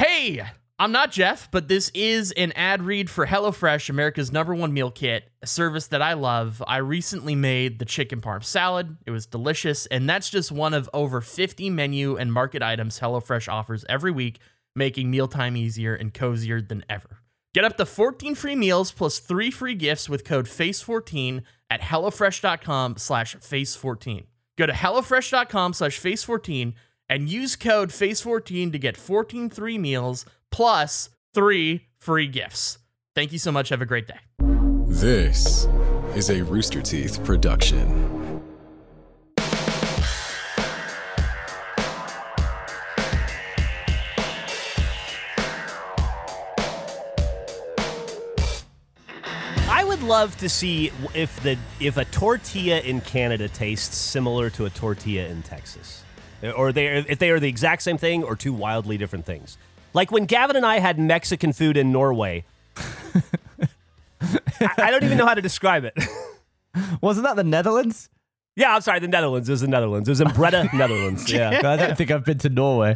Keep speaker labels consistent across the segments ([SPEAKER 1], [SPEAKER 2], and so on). [SPEAKER 1] Hey, I'm not Jeff, but this is an ad read for HelloFresh, America's number one meal kit, a service that I love. I recently made the chicken parm salad. It was delicious, and that's just one of over 50 menu and market items HelloFresh offers every week, making mealtime easier and cozier than ever. Get up to 14 free meals plus 3 free gifts with code FACE14 at hellofresh.com slash FACE14. Go to hellofresh.com slash FACE14 and use code FACE14 to get 14 free meals plus 3 free gifts. Thank you so much. Have a great day.
[SPEAKER 2] This is a Rooster Teeth production.
[SPEAKER 3] I would love to see if the if a tortilla in Canada tastes similar to a tortilla in Texas, or they if they are the exact same thing or two wildly different things. Like when Gavin and I had Mexican food in Norway. I, I don't even know how to describe it.
[SPEAKER 4] Wasn't that the Netherlands?
[SPEAKER 3] yeah, I'm sorry. The Netherlands it was the Netherlands. It was in Breda, Netherlands. Yeah.
[SPEAKER 4] I don't think I've been to Norway.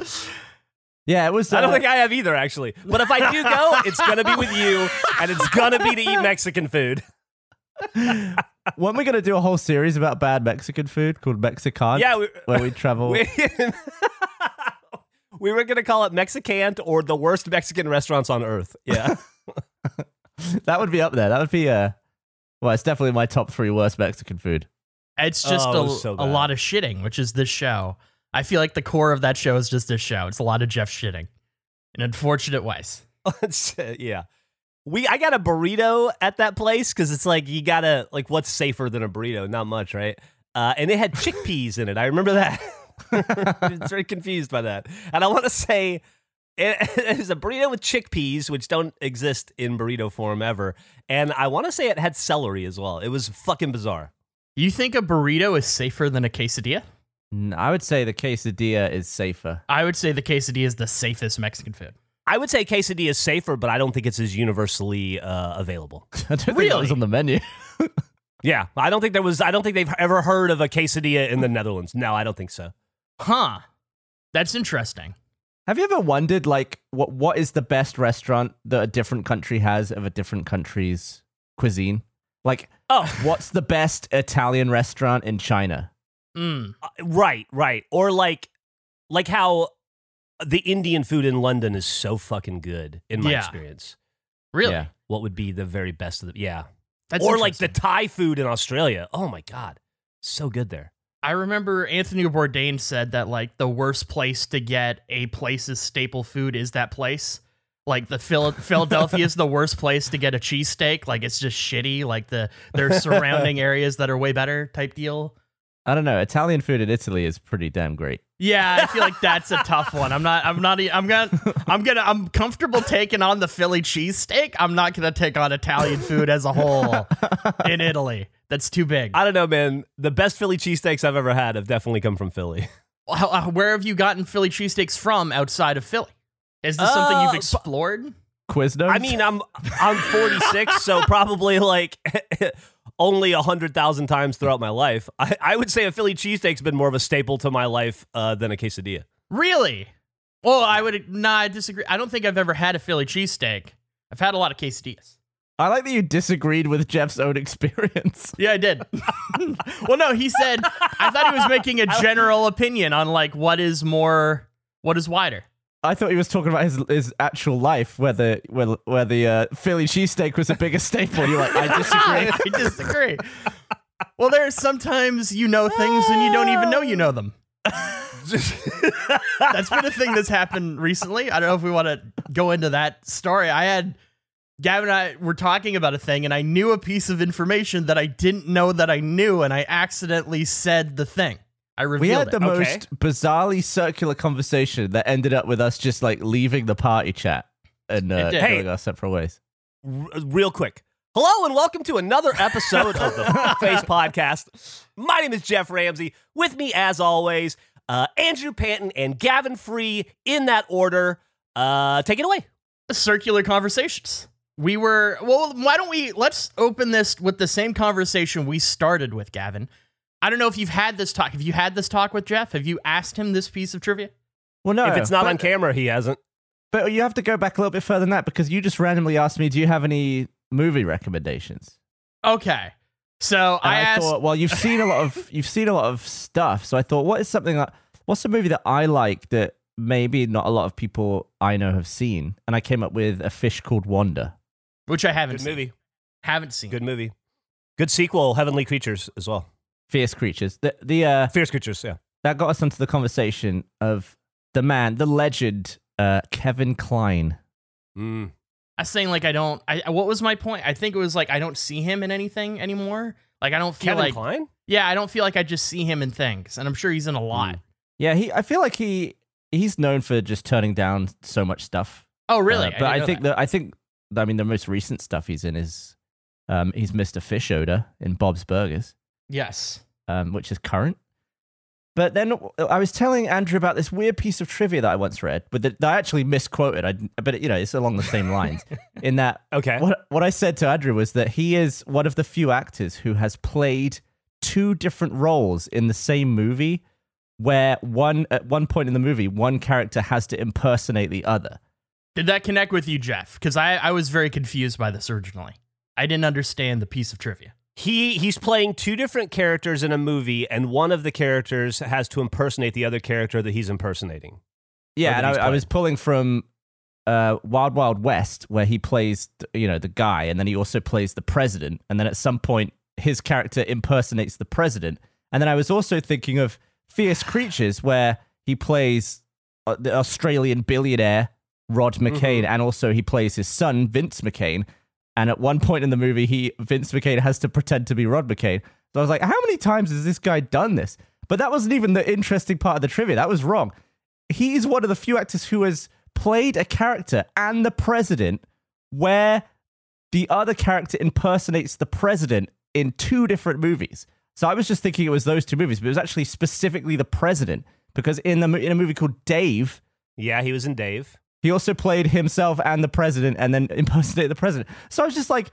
[SPEAKER 4] Yeah, it was.
[SPEAKER 3] I don't
[SPEAKER 4] uh,
[SPEAKER 3] think I have either, actually. But if I do go, it's gonna be with you, and it's gonna be to eat Mexican food.
[SPEAKER 4] weren't we going to do a whole series about bad Mexican food called Mexican?
[SPEAKER 3] Yeah, we-
[SPEAKER 4] where we travel.
[SPEAKER 3] We, we were going to call it Mexicant or the worst Mexican restaurants on earth. Yeah.
[SPEAKER 4] that would be up there. That would be uh, well, it's definitely my top three worst Mexican food.
[SPEAKER 1] It's just
[SPEAKER 3] Oh, it
[SPEAKER 1] a,
[SPEAKER 3] was so
[SPEAKER 1] a
[SPEAKER 3] bad.
[SPEAKER 1] lot of shitting, which is this show. I feel like the core of that show is just this show. It's a lot of Jeff shitting in unfortunate ways.
[SPEAKER 3] It's, uh, yeah. We I got a burrito at that place cuz it's like you got to like what's safer than a burrito? Not much, right? Uh, and it had chickpeas in it. I remember that. I was very confused by that. And I want to say it, it was a burrito with chickpeas, which don't exist in burrito form ever. And I want to say it had celery as well. It was fucking bizarre.
[SPEAKER 1] You think a burrito is safer than a quesadilla?
[SPEAKER 4] Mm, I would say the quesadilla is safer.
[SPEAKER 1] I would say the quesadilla is the safest Mexican food.
[SPEAKER 3] I would say quesadilla is safer, but I don't think it's as universally uh, available.
[SPEAKER 4] I don't think that was
[SPEAKER 1] Really?
[SPEAKER 4] on the menu.
[SPEAKER 3] Yeah, I don't think there was. I don't think they've ever heard of a quesadilla in the Netherlands. No, I don't think so.
[SPEAKER 1] Huh. That's interesting.
[SPEAKER 4] Have you ever wondered, like, what what is the best restaurant that a different country has of a different country's cuisine? Like,
[SPEAKER 3] Oh.
[SPEAKER 4] what's the best Italian restaurant in China?
[SPEAKER 1] Mm.
[SPEAKER 3] Uh, right, right. Or like, like how the Indian food in London is so fucking good in my
[SPEAKER 1] Yeah.
[SPEAKER 3] experience.
[SPEAKER 1] Really?
[SPEAKER 4] Yeah.
[SPEAKER 3] What would be the very best of the? Yeah,
[SPEAKER 1] That's
[SPEAKER 3] or like the
[SPEAKER 1] interesting.
[SPEAKER 3] Thai food in Australia. Oh my god, so good there.
[SPEAKER 1] I remember Anthony Bourdain said that like the worst place to get a place's staple food is that place. Like the Phil- Philadelphia is the worst place to get a cheesesteak. Like it's just shitty. Like the there's surrounding areas that are way better type deal.
[SPEAKER 4] I don't know. Italian food in Italy is pretty damn great.
[SPEAKER 1] Yeah, I feel like that's a tough one. I'm not. I'm not. e- I'm gonna. I'm gonna. I'm comfortable taking on the Philly cheesesteak. I'm not gonna take on Italian food as a whole in Italy. That's too big.
[SPEAKER 3] I don't know, man. The best Philly cheesesteaks I've ever had have definitely come from Philly.
[SPEAKER 1] How- how- where have you gotten Philly cheesesteaks from outside of Philly? Is this something
[SPEAKER 3] Uh,
[SPEAKER 1] you've
[SPEAKER 3] bu-
[SPEAKER 1] explored?
[SPEAKER 4] Quiznos.
[SPEAKER 3] I mean, I'm I'm 46, so probably like only a hundred thousand times throughout my life. I, I would say a Philly cheesesteak's been more of a staple to my life uh, than a quesadilla.
[SPEAKER 1] Really? Well, I would nah, I disagree. I don't think I've ever had a Philly cheesesteak. I've had a lot of quesadillas.
[SPEAKER 4] I like that you disagreed with Jeff's own experience.
[SPEAKER 1] Yeah, I did. well, no, he said I thought he was making a general opinion on like what is more what is wider.
[SPEAKER 4] I thought he was talking about his his actual life, where the where, where the uh, Philly cheesesteak was the biggest staple. You're like, I disagree.
[SPEAKER 1] I disagree. Well, there are sometimes you know things and you don't even know you know them. that's been a thing that's happened recently. I don't know if we want to go into that story. I had Gavin and I were talking about a thing, and I knew a piece of information that I didn't know that I knew, and I accidentally said the thing. I
[SPEAKER 4] We
[SPEAKER 1] revealed
[SPEAKER 4] had the
[SPEAKER 1] it.
[SPEAKER 3] Okay.
[SPEAKER 4] most bizarrely circular conversation that ended up with us just like leaving the party chat and uh,
[SPEAKER 1] It did.
[SPEAKER 4] going
[SPEAKER 3] Hey.
[SPEAKER 4] our separate ways.
[SPEAKER 3] R- real quick. Hello and welcome to another episode of the Face Podcast. My name is Jeff Ramsey. With me, as always, uh, Andrew Panton and Gavin Free in that order. Uh, take it away.
[SPEAKER 1] circular conversations. We were well. Why don't we let's open this with the same conversation we started with, Gavin. I don't know if you've had this talk. Have you had this talk with Jeff? Have you asked him this piece of trivia?
[SPEAKER 3] Oh,
[SPEAKER 4] Well, no,
[SPEAKER 3] if it's not
[SPEAKER 4] but-
[SPEAKER 3] on camera, he hasn't.
[SPEAKER 4] But you have to go back a little bit further than that because you just randomly asked me, "Do you have any movie recommendations?"
[SPEAKER 1] Okay. So
[SPEAKER 4] And
[SPEAKER 1] I, asked,
[SPEAKER 4] thought, well, you've seen a lot of you've seen a lot of stuff, so I thought, what is something that what's a movie that I like that maybe not a lot of people I know have seen? And I came up with a fish called Wanda.
[SPEAKER 1] which I haven't
[SPEAKER 3] Good
[SPEAKER 1] seen.
[SPEAKER 3] movie.
[SPEAKER 1] Haven't seen.
[SPEAKER 3] Good movie. Good sequel, Heavenly Creatures as well.
[SPEAKER 4] Fierce creatures. The the uh,
[SPEAKER 3] Fierce Creatures, yeah.
[SPEAKER 4] that got us onto the conversation of the man, the legend, uh, Kevin Klein.
[SPEAKER 3] Mm.
[SPEAKER 1] I was saying like I don't. I I- what was my point? I think it was like I don't see him in anything anymore. Like I don't feel
[SPEAKER 3] Kevin
[SPEAKER 1] like
[SPEAKER 3] Klein?
[SPEAKER 1] yeah, I don't feel like I just see him in things, and I'm sure he's in a lot.
[SPEAKER 4] Yeah, he. I feel like he he's known for just turning down so much stuff
[SPEAKER 1] Oh really?
[SPEAKER 4] Uh, but
[SPEAKER 1] didn't
[SPEAKER 4] I,
[SPEAKER 1] know
[SPEAKER 4] think
[SPEAKER 1] that.
[SPEAKER 4] that. I think I mean the most recent stuff he's in is um, he's Mr. Fish Odor in Bob's Burgers,
[SPEAKER 1] yes.
[SPEAKER 4] um, which is current. But then I was telling Andrew about this weird piece of trivia that I once read, but that, that I actually misquoted. I, but you know, it's along the same lines. in that,
[SPEAKER 3] Okay.
[SPEAKER 4] what what I said to Andrew was that he is one of the few actors who has played two different roles in the same movie, where one at one point in the movie, one character has to impersonate the other.
[SPEAKER 1] Did that connect with you, Jeff? Because I I was very confused by this originally. I didn't understand the piece of trivia.
[SPEAKER 3] He he's playing two different characters in a movie, and one of the characters has to impersonate the other character that he's impersonating.
[SPEAKER 4] Yeah,
[SPEAKER 3] that
[SPEAKER 4] and
[SPEAKER 3] he's
[SPEAKER 4] I, I was pulling from uh, Wild Wild West, where he plays, th- you know, the guy, and then he also plays the president. And then at some point, his character impersonates the president. And then I was also thinking of Fierce Creatures, where he plays uh, the Australian billionaire Rod McCain, and also he plays his son Vince McCain. And at one point in the movie, he Vince McCain has to pretend to be Rod McCain. So I was like, how many times has this guy done this? But that wasn't even the interesting part of the trivia. That was wrong. He is one of the few actors who has played a character and the president where the other character impersonates the president in two different movies. So I was just thinking it was those two movies, but it was actually specifically the president because in the mo- in a movie called Dave,
[SPEAKER 3] Yeah, he was in Dave.
[SPEAKER 4] he also played himself and the president and then impersonated the president. So I was just like,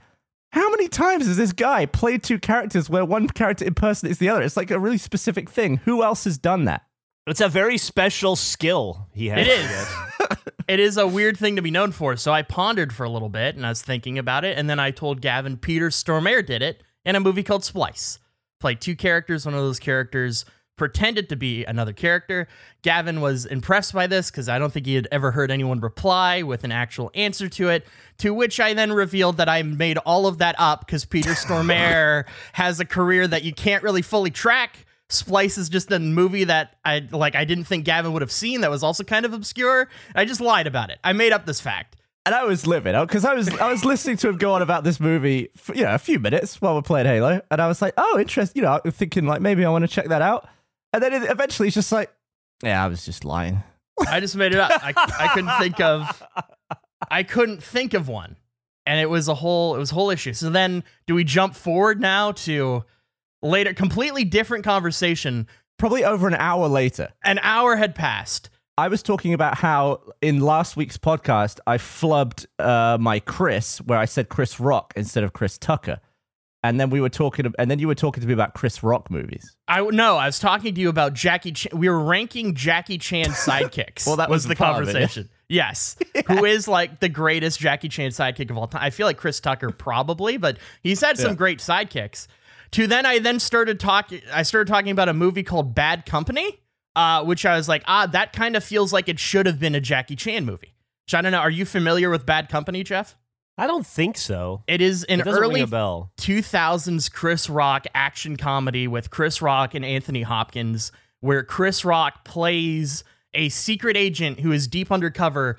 [SPEAKER 4] how many times has this guy played two characters where one character impersonates the other? It's like a really specific thing. Who else has done that?
[SPEAKER 3] It's a very special skill he has.
[SPEAKER 1] It
[SPEAKER 3] I
[SPEAKER 1] is.
[SPEAKER 3] guess.
[SPEAKER 1] It is a weird thing to be known for. So I pondered for a little bit and I was thinking about it. And then I told Gavin Peter Stormare did it in a movie called Splice. Played two characters. One of those characters pretended to be another character. Gavin was impressed by this because I don't think he had ever heard anyone reply with an actual answer to it. To which I then revealed that I made all of that up because Peter Stormare has a career that you can't really fully track. Splice is just a movie that I like. I didn't think Gavin would have seen. That was also kind of obscure. I just lied about it. I made up this fact.
[SPEAKER 4] And I was livid because I was I was listening to him go on about this movie for you know a few minutes while we're playing Halo, and I was like, oh, interesting. You know, I'm thinking like maybe I want to check that out, and then it, eventually it's just like, yeah, I was just lying.
[SPEAKER 1] I just made it up. I, I couldn't think of. I couldn't think of one, and it was a whole. It was a whole issue. So then, do we jump forward now to later? Completely different conversation.
[SPEAKER 4] Probably over an hour later,
[SPEAKER 1] An hour had passed.
[SPEAKER 4] I was talking about how in last week's podcast I flubbed uh, my Chris, where I said Chris Rock instead of Chris Tucker, and then we were talking, and then you were talking to me about Chris Rock movies.
[SPEAKER 1] I no. I was talking to you about Jackie. Chan. We were ranking Jackie Chan sidekicks.
[SPEAKER 4] Well, that was
[SPEAKER 1] the
[SPEAKER 4] part of it.
[SPEAKER 1] conversation. Yes, who is like the greatest Jackie Chan sidekick of all time? I feel like Chris Tucker probably, but he's had some great sidekicks. To then, I then started talking. I started talking about a movie called Bad Company, uh, which I was like, ah, that kind of feels like it should have been a Jackie Chan movie. Which I don't know. Are you familiar with Bad Company, Jeff?
[SPEAKER 3] I don't think so.
[SPEAKER 1] It is an
[SPEAKER 3] It doesn't ring
[SPEAKER 1] early
[SPEAKER 3] a bell.
[SPEAKER 1] 2000s Chris Rock action comedy with Chris Rock and Anthony Hopkins, where Chris Rock plays a secret agent who is deep undercover,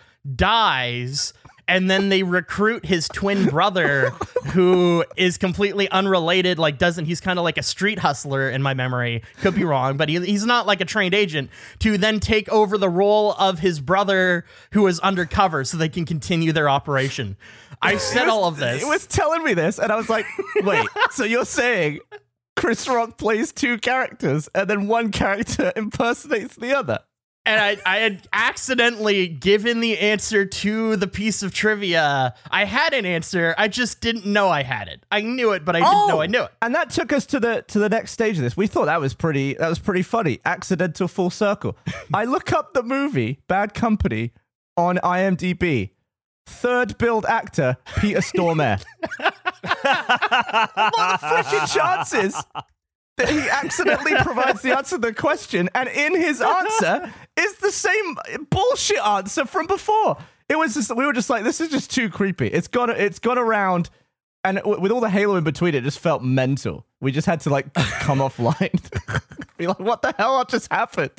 [SPEAKER 1] dies, and then they recruit his twin brother, who is completely unrelated. Like, doesn't he's kind of like a street hustler in my memory? Could be wrong, but he, he's not like a trained agent to then take over the role of his brother who is undercover so they can continue their operation. I said all of this.
[SPEAKER 4] It was telling me this, and I was like, wait, so you're saying Chris Rock plays two characters, and then one character impersonates the other?
[SPEAKER 1] and I, I had accidentally given the answer to the piece of trivia. I had an answer. I just didn't know I had it. I knew it, but I didn't know I knew it.
[SPEAKER 4] Oh, And that took us to the to the next stage of this. We thought that was pretty that was pretty funny. Accidental full circle. I look up the movie Bad Company on IMDb. Third build actor, Peter Stormare. what the freaking chances that he accidentally provides the answer to the question, and in his answer is the same bullshit answer from before? It was just, we were just like, this is just too creepy. It's gone, it's gone around, and w- with all the halo in between, it just felt mental. We just had to like come offline. Be like, what the hell just happened?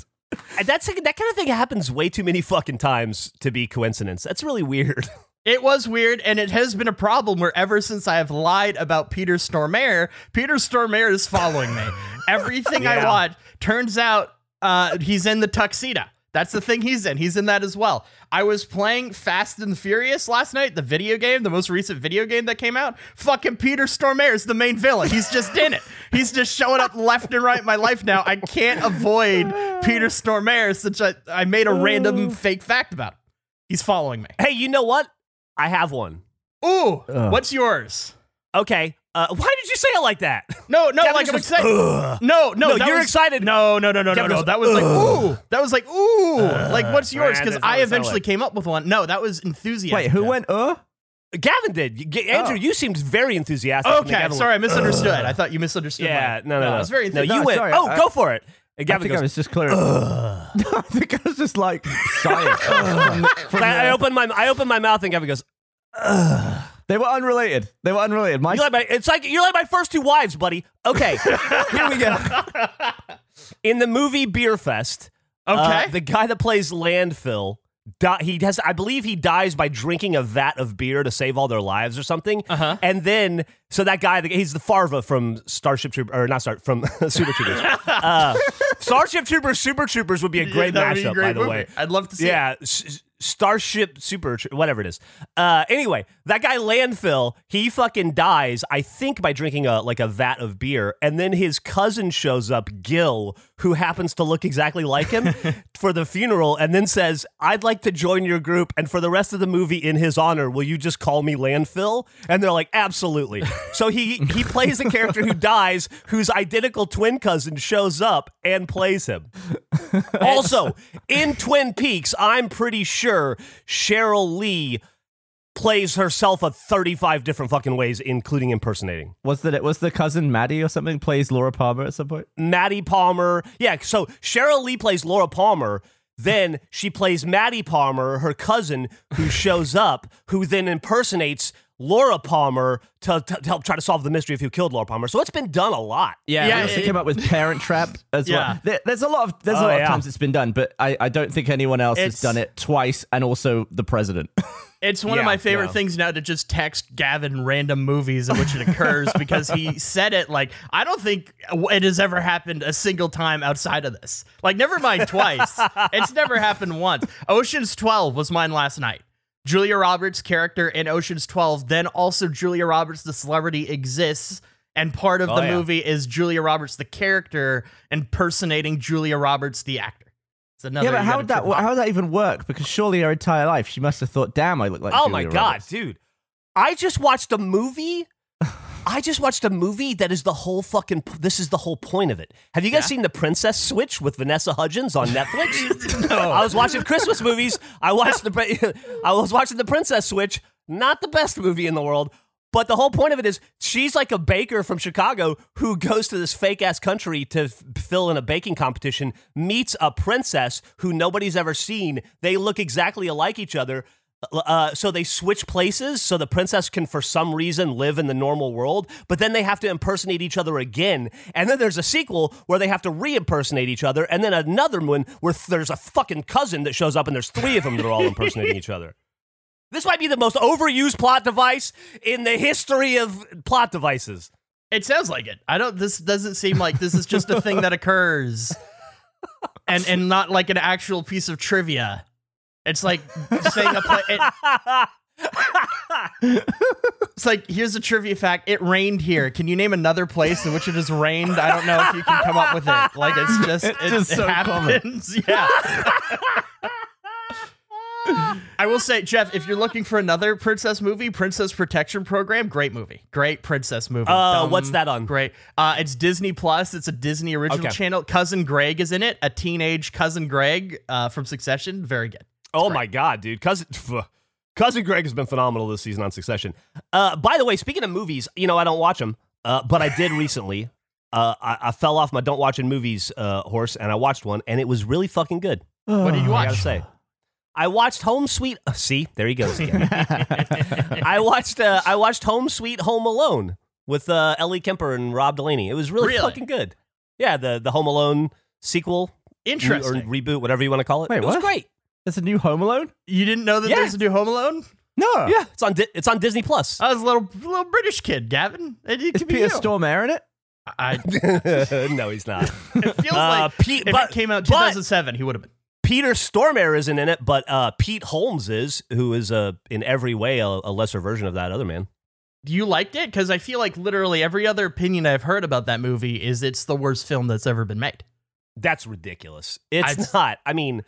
[SPEAKER 3] That's that kind of thing happens way too many fucking times to be coincidence. That's really weird.
[SPEAKER 1] It was weird, and it has been a problem where ever since I have lied about Peter Stormare, Peter Stormare is following me. Everything I
[SPEAKER 3] Yeah.
[SPEAKER 1] watch turns out uh, he's in the tuxedo. That's the thing he's in. He's in that as well. I was playing Fast and Furious last night, the video game, the most recent video game that came out. Fucking Peter Stormare is the main villain. He's just in it. He's just showing up left and right in my life now. I can't avoid Peter Stormare since I, I made a random fake fact about him. He's following me.
[SPEAKER 3] Hey, you know what? I have one.
[SPEAKER 1] Ooh,
[SPEAKER 4] Ugh.
[SPEAKER 1] what's yours?
[SPEAKER 3] Okay. Uh, why did you say it like that?
[SPEAKER 1] No, no,
[SPEAKER 3] Kevin
[SPEAKER 1] like
[SPEAKER 3] just
[SPEAKER 1] I'm
[SPEAKER 3] was,
[SPEAKER 1] excited.
[SPEAKER 3] "Ugh."
[SPEAKER 1] No, no,
[SPEAKER 3] No,
[SPEAKER 1] that
[SPEAKER 3] you're
[SPEAKER 1] was-
[SPEAKER 3] excited.
[SPEAKER 1] No, no, no, no, no,
[SPEAKER 3] Kevin
[SPEAKER 1] no.
[SPEAKER 3] was,
[SPEAKER 1] That was like ooh. That was like ooh. like what's yours?
[SPEAKER 3] man,
[SPEAKER 1] Because
[SPEAKER 3] that's not
[SPEAKER 1] I
[SPEAKER 3] what it
[SPEAKER 1] eventually
[SPEAKER 3] sounded like.
[SPEAKER 1] came up with one. No, that was enthusiasm.
[SPEAKER 4] Wait, who went? Uh,
[SPEAKER 3] Gavin did. You- G- Andrew,
[SPEAKER 4] Oh.
[SPEAKER 3] you seemed very enthusiastic. when
[SPEAKER 1] Okay,
[SPEAKER 3] Gavin went,
[SPEAKER 1] sorry, I misunderstood. I thought you misunderstood.
[SPEAKER 3] Yeah,
[SPEAKER 1] mine.
[SPEAKER 3] no, no, no.
[SPEAKER 1] I was very.
[SPEAKER 3] no, you
[SPEAKER 4] No,
[SPEAKER 3] went.
[SPEAKER 4] sorry,
[SPEAKER 3] oh,
[SPEAKER 4] I-
[SPEAKER 3] go for it. And
[SPEAKER 4] I
[SPEAKER 3] Gavin
[SPEAKER 4] think
[SPEAKER 3] goes.
[SPEAKER 4] I was just clearing. I think I was just like sighing. from the- from
[SPEAKER 3] I, I
[SPEAKER 4] the-
[SPEAKER 3] opened my I opened my mouth and Gavin goes.
[SPEAKER 4] they were unrelated. They were unrelated. My
[SPEAKER 3] You're like my, it's like you're like my first two wives, buddy. Okay, here we go. In the movie Beer Fest, uh,
[SPEAKER 1] Okay.
[SPEAKER 3] the guy that plays landfill, di- he has I believe he dies by drinking a vat of beer to save all their lives or something.
[SPEAKER 1] Uh-huh.
[SPEAKER 3] And then so that guy, the- he's the Farva from Starship Trooper or not Star from Super Troopers. Uh, Starship Troopers, Super Troopers would be a great
[SPEAKER 1] that would
[SPEAKER 3] mashup,
[SPEAKER 1] be a
[SPEAKER 3] by
[SPEAKER 1] great
[SPEAKER 3] the
[SPEAKER 1] movie.
[SPEAKER 3] way.
[SPEAKER 1] I'd love to see.
[SPEAKER 3] Yeah, s- s- Starship Super, Tr- whatever it is. Uh, anyway, that guy landfill, he fucking dies. I think by drinking a like a vat of beer, and then his cousin shows up, Gil, who happens to look exactly like him, for the funeral, and then says, "I'd like to join your group." And for the rest of the movie, in his honor, will you just call me landfill? And they're like, "Absolutely." So he he plays the character who dies, whose identical twin cousin shows up and plays him. Also, in Twin Peaks, I'm pretty sure Cheryl Lee plays herself a 35 different fucking ways, including impersonating.
[SPEAKER 4] was that it was the cousin Maddie or something plays Laura Palmer at some point.
[SPEAKER 3] Maddie Palmer. Yeah, so Cheryl Lee plays Laura Palmer. Then she plays Maddie Palmer, her cousin, who shows up, who then impersonates Laura Palmer to, to, to help try to solve the mystery of who killed Laura Palmer. So it's been done a lot.
[SPEAKER 4] Yeah,
[SPEAKER 1] Yeah,
[SPEAKER 4] we also
[SPEAKER 1] it-
[SPEAKER 4] came up with Parent Trap as
[SPEAKER 1] Yeah.
[SPEAKER 4] well. There, there's a lot of there's a
[SPEAKER 3] Oh,
[SPEAKER 4] lot
[SPEAKER 3] yeah.
[SPEAKER 4] of times it's been done, but I, I don't think anyone else
[SPEAKER 1] It's-
[SPEAKER 4] has done it twice, and also the president.
[SPEAKER 1] It's one of
[SPEAKER 3] Yeah,
[SPEAKER 1] my favorite
[SPEAKER 3] yeah.
[SPEAKER 1] things now to just text Gavin random movies in which it occurs because he said it like I don't think it has ever happened a single time outside of this. Like never mind twice. it's never happened once. Ocean's 12 was mine last night. Julia Roberts' character in Ocean's 12, then also Julia Roberts the celebrity exists and part of
[SPEAKER 3] Oh,
[SPEAKER 1] the
[SPEAKER 3] yeah.
[SPEAKER 1] movie is Julia Roberts the character impersonating Julia Roberts the actor. It's another
[SPEAKER 4] yeah, but
[SPEAKER 1] you
[SPEAKER 4] how
[SPEAKER 1] gotta
[SPEAKER 4] would that
[SPEAKER 1] trip up.
[SPEAKER 4] how would that even work? Because surely her entire life she must have thought, "Damn, I look like."
[SPEAKER 3] Oh
[SPEAKER 4] Julia
[SPEAKER 3] my god,
[SPEAKER 4] Roberts."
[SPEAKER 3] dude. I just watched a movie. I just watched a movie that is the whole fucking this is the whole point of it. Have you guys seen The Princess Switch with Vanessa Hudgens on Netflix? no. I was watching Christmas movies. I watched the pri- I was watching The Princess Switch, not the best movie in the world, but the whole point of it is she's like a baker from Chicago who goes to this fake ass country to f- fill in a baking competition, meets a princess who nobody's ever seen. They look exactly alike each other. Uh, so they switch places so the princess can for some reason live in the normal world but then they have to impersonate each other again and then there's a sequel where they have to re-impersonate each other and then another one where th- there's a fucking cousin that shows up and there's three of them that are all impersonating each other this might be the most overused plot device in the history of plot devices
[SPEAKER 1] It sounds like it. I don't. This doesn't seem like this is just a thing that occurs, and and not like an actual piece of trivia. It's like saying a play. It, it's like here's a trivia fact. It rained here. Can you name another place in which it has rained? I don't know if you can come up with it. Like it's just
[SPEAKER 4] It's
[SPEAKER 1] it,
[SPEAKER 4] just
[SPEAKER 1] it
[SPEAKER 4] so common.
[SPEAKER 1] happens. Yeah. I will say, Jeff, if you're looking for another princess movie, Princess Protection Program, great movie, great princess movie.
[SPEAKER 3] Uh,
[SPEAKER 1] Dumb,
[SPEAKER 3] what's that on?
[SPEAKER 1] Great. Uh, it's Disney Plus. It's a Disney original
[SPEAKER 3] Okay.
[SPEAKER 1] channel. Cousin Greg is in it. A teenage cousin Greg uh, from Succession. Very good.
[SPEAKER 3] Oh my god, dude, cousin. Cousin Greg has been phenomenal this season on Succession. Uh, by the way, speaking of movies, you know I don't watch them, uh, but I did recently. Uh, I, I fell off my don't watch in movies uh, horse, and I watched one, and it was really fucking good.
[SPEAKER 1] What did you
[SPEAKER 3] I gotta
[SPEAKER 1] watch?
[SPEAKER 3] say, I watched Home Sweet. uh, see, there he goes again. I watched. Uh, I watched Home Sweet Home Alone with uh, Ellie Kemper and Rob Delaney. It was really,
[SPEAKER 1] Really?
[SPEAKER 3] fucking good. Yeah, the the Home Alone sequel re- or
[SPEAKER 1] Interesting.
[SPEAKER 3] reboot, whatever you want to call it.
[SPEAKER 4] Wait,
[SPEAKER 3] it was
[SPEAKER 4] what?
[SPEAKER 3] great.
[SPEAKER 4] There's a new Home Alone?
[SPEAKER 1] You didn't know that
[SPEAKER 3] Yeah.
[SPEAKER 1] there's a new Home Alone?
[SPEAKER 4] No.
[SPEAKER 3] Yeah, it's on. Di- it's on Disney Plus.
[SPEAKER 1] I was a little little British kid, Gavin. It, it
[SPEAKER 4] Is
[SPEAKER 1] could be
[SPEAKER 4] Peter
[SPEAKER 1] you.
[SPEAKER 4] Stormare in it?
[SPEAKER 1] I,
[SPEAKER 3] no, he's not.
[SPEAKER 1] it feels
[SPEAKER 3] Uh,
[SPEAKER 1] like
[SPEAKER 3] Pete,
[SPEAKER 1] if
[SPEAKER 3] but
[SPEAKER 1] it came out
[SPEAKER 3] but-
[SPEAKER 1] 2007, he would have been.
[SPEAKER 3] Peter Stormare isn't in it, but uh, Pete Holmes is, who is uh, in every way a, a lesser version of that other man.
[SPEAKER 1] You liked it because I feel like literally every other opinion I've heard about that movie is it's the worst film that's ever been made.
[SPEAKER 3] That's ridiculous. It's
[SPEAKER 1] I'd-
[SPEAKER 3] not. I mean,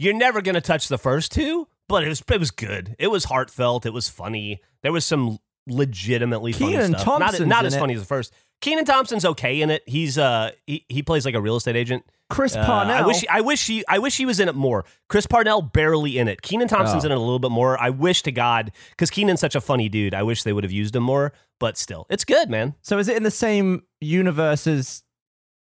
[SPEAKER 3] you're never gonna touch the first two, but it was it was good. It was heartfelt. It was funny. There was some legitimately funny
[SPEAKER 4] Kenan
[SPEAKER 3] stuff. not
[SPEAKER 4] Thompson's
[SPEAKER 3] not
[SPEAKER 4] in
[SPEAKER 3] as
[SPEAKER 4] it.
[SPEAKER 3] funny as the first. Keenan Thompson's okay in it. He's uh he, he plays like a real estate agent.
[SPEAKER 4] Chris
[SPEAKER 3] Uh,
[SPEAKER 4] Parnell.
[SPEAKER 3] I wish I wish he I wish he was in it more. Chris Parnell barely in it. Keenan Thompson's
[SPEAKER 4] Oh.
[SPEAKER 3] in it a little bit more. I wish to God because Keenan's such a funny dude. I wish they would have used him more. But still, it's good, man.
[SPEAKER 4] so is it in the same universe as